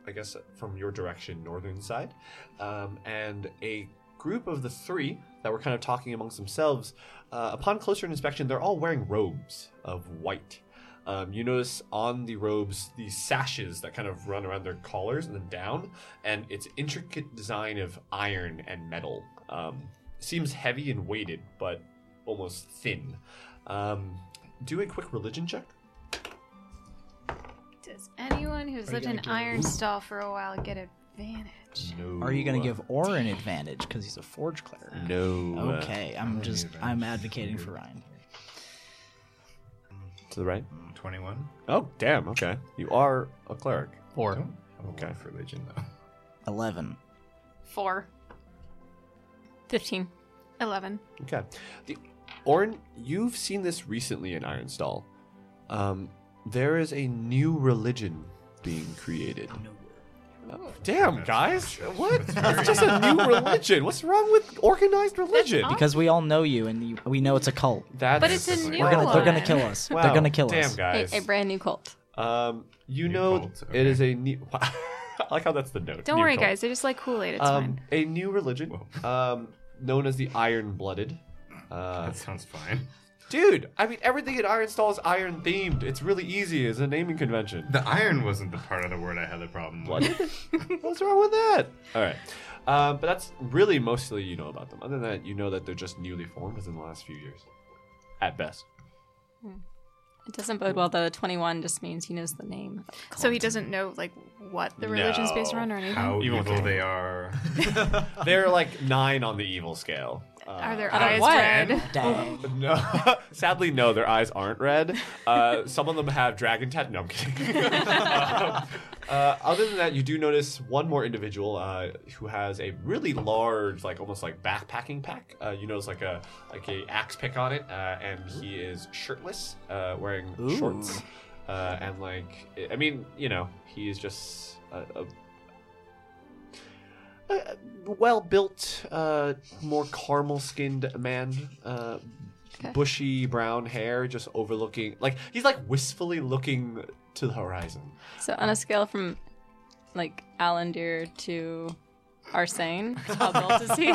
I guess, from your direction, northern side um, and a group of the three that were kind of talking amongst themselves. Uh, upon closer inspection, they're all wearing robes of white. Um, you notice on the robes these sashes that kind of run around their collars and then down, and it's intricate design of iron and metal. Um, seems heavy and weighted, but almost thin. Um, do a quick religion check. Does anyone who's lived in Ironstall for a while get advantage? No. uh, Are you going to give Or an advantage because he's a forge cleric? No. Okay, I'm just I'm advocating for Ryan. To the right. 21. Oh, damn. Okay. You are a cleric. Or Okay. For religion, though. <laughs> Eleven. Four. 15. 11. Okay. The Orin, you've seen this recently in Ironstall. Um, there is a new religion being created. Uh, damn, guys. What? It's just a new religion. What's wrong with organized religion? Because we all know you, and you, we know it's a cult. That's But it's a new They're gonna, one. they're gonna kill us. wow. They're gonna kill damn, us. guys. A, a brand new cult. Um, you New know cult, it okay. is a new. <laughs> I like how that's the note. Don't new worry, cult. guys. They just like Kool Aid. It's Um, fine. a new religion, um, known as the Iron Blooded. Uh, That sounds fine. Dude, I mean, everything in Ironstall is iron themed. It's really easy as a naming convention. <laughs> The iron wasn't the part of the word I had a problem with. Blooded? <laughs> What's wrong with that? All right. Um, but that's really mostly you know about them. Other than that, you know that they're just newly formed within the last few years, at best. It doesn't bode well, though. 21 just means he knows the name. so he doesn't know, like, what the religion's based No. around or anything? How Even with evil iron. they are. They're like nine on the evil scale. Uh, Are their don't eyes what? red? Dang. <laughs> No, sadly, no. Their eyes aren't red. Uh, some of them have dragon tat. No, I'm kidding. <laughs> uh, other than that, you do notice one more individual uh, who has a really large, like almost like backpacking pack. Uh, you notice like a like a axe pick on it, uh, and he is shirtless, uh, wearing shorts, uh, and like I mean, you know, he is just a, a a well built, uh, more caramel skinned man. Uh, Bushy brown hair, just overlooking. Like, he's like wistfully looking to the horizon. So on a scale from like Alandir to Arsane, how built is <laughs> he?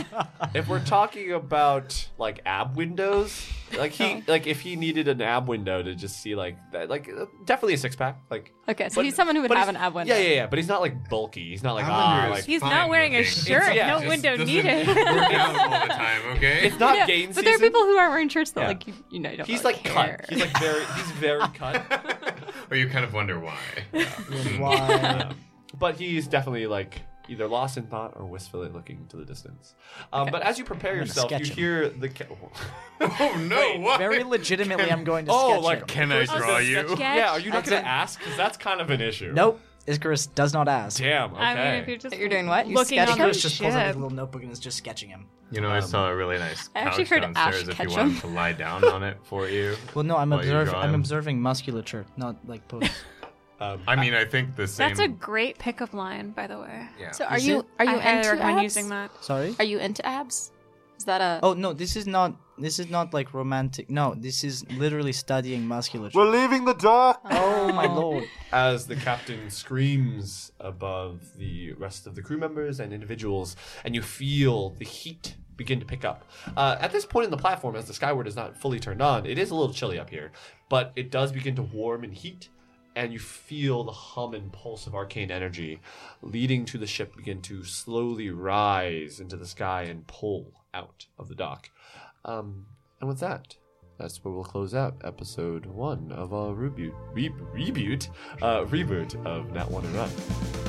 If we're talking about like ab windows, like he, like if he needed an ab window to just see like that, like uh, definitely a six pack. Like, Okay, so but- he's someone who would but have an he's- ab window. Yeah, yeah, yeah. But he's not like bulky. He's not <laughs> like Calendar ah, is like He's fine not wearing a looking. shirt. yeah, no just window doesn't needed. Work out <laughs> all the time, okay? it's <laughs> not Yeah, game but season. there are people who are wearing shirts that Yeah. like you, you know you don't he's really like care. cut. He's like <laughs> very. He's very cut. or Oh, you kind of <laughs> wonder why. Why? but he's definitely like either lost in thought or wistfully looking to the distance. Um, But as you prepare yourself, you sketch him. hear the ca- <laughs> oh no, what? Very legitimately, I'm going to. oh, sketch like him. Can I draw you? yeah. Are you not That's going it. to ask? Because that's kind of an issue. Nope. Icarus does not ask. Damn. <laughs> Okay. I mean, if you're just You're doing what? You're looking sketching on the Icarus just pulls out his ship. little notebook and is just sketching him. You know, I saw a really nice I couch actually heard Ash downstairs if you Ketchum. wanted to lie down on it for you. Well, no, I'm While Oh, you observing. draw I'm him. observing musculature, not like <laughs> pose. Um, I mean, I think the same. That's a great pickup line, by the way. yeah. So are you are you I highly into recommend abs? using that. Sorry. Are you into abs? Is Is that a Oh no, this is not. This is not like romantic. No, this is literally studying musculature. We're leaving the dock. oh my lord! as the captain screams above the rest of the crew members and individuals, and you feel the heat begin to pick up. Uh, at this point in the platform, as the Skyward is not fully turned on, it is a little chilly up here, but it does begin to warm and heat, and you feel the hum and pulse of arcane energy leading to the ship begin to slowly rise into the sky and pull out of the dock. Um, and with that, that's where we'll close out episode one of our reboot, re- reboot, uh, reboot of Nat One and Run.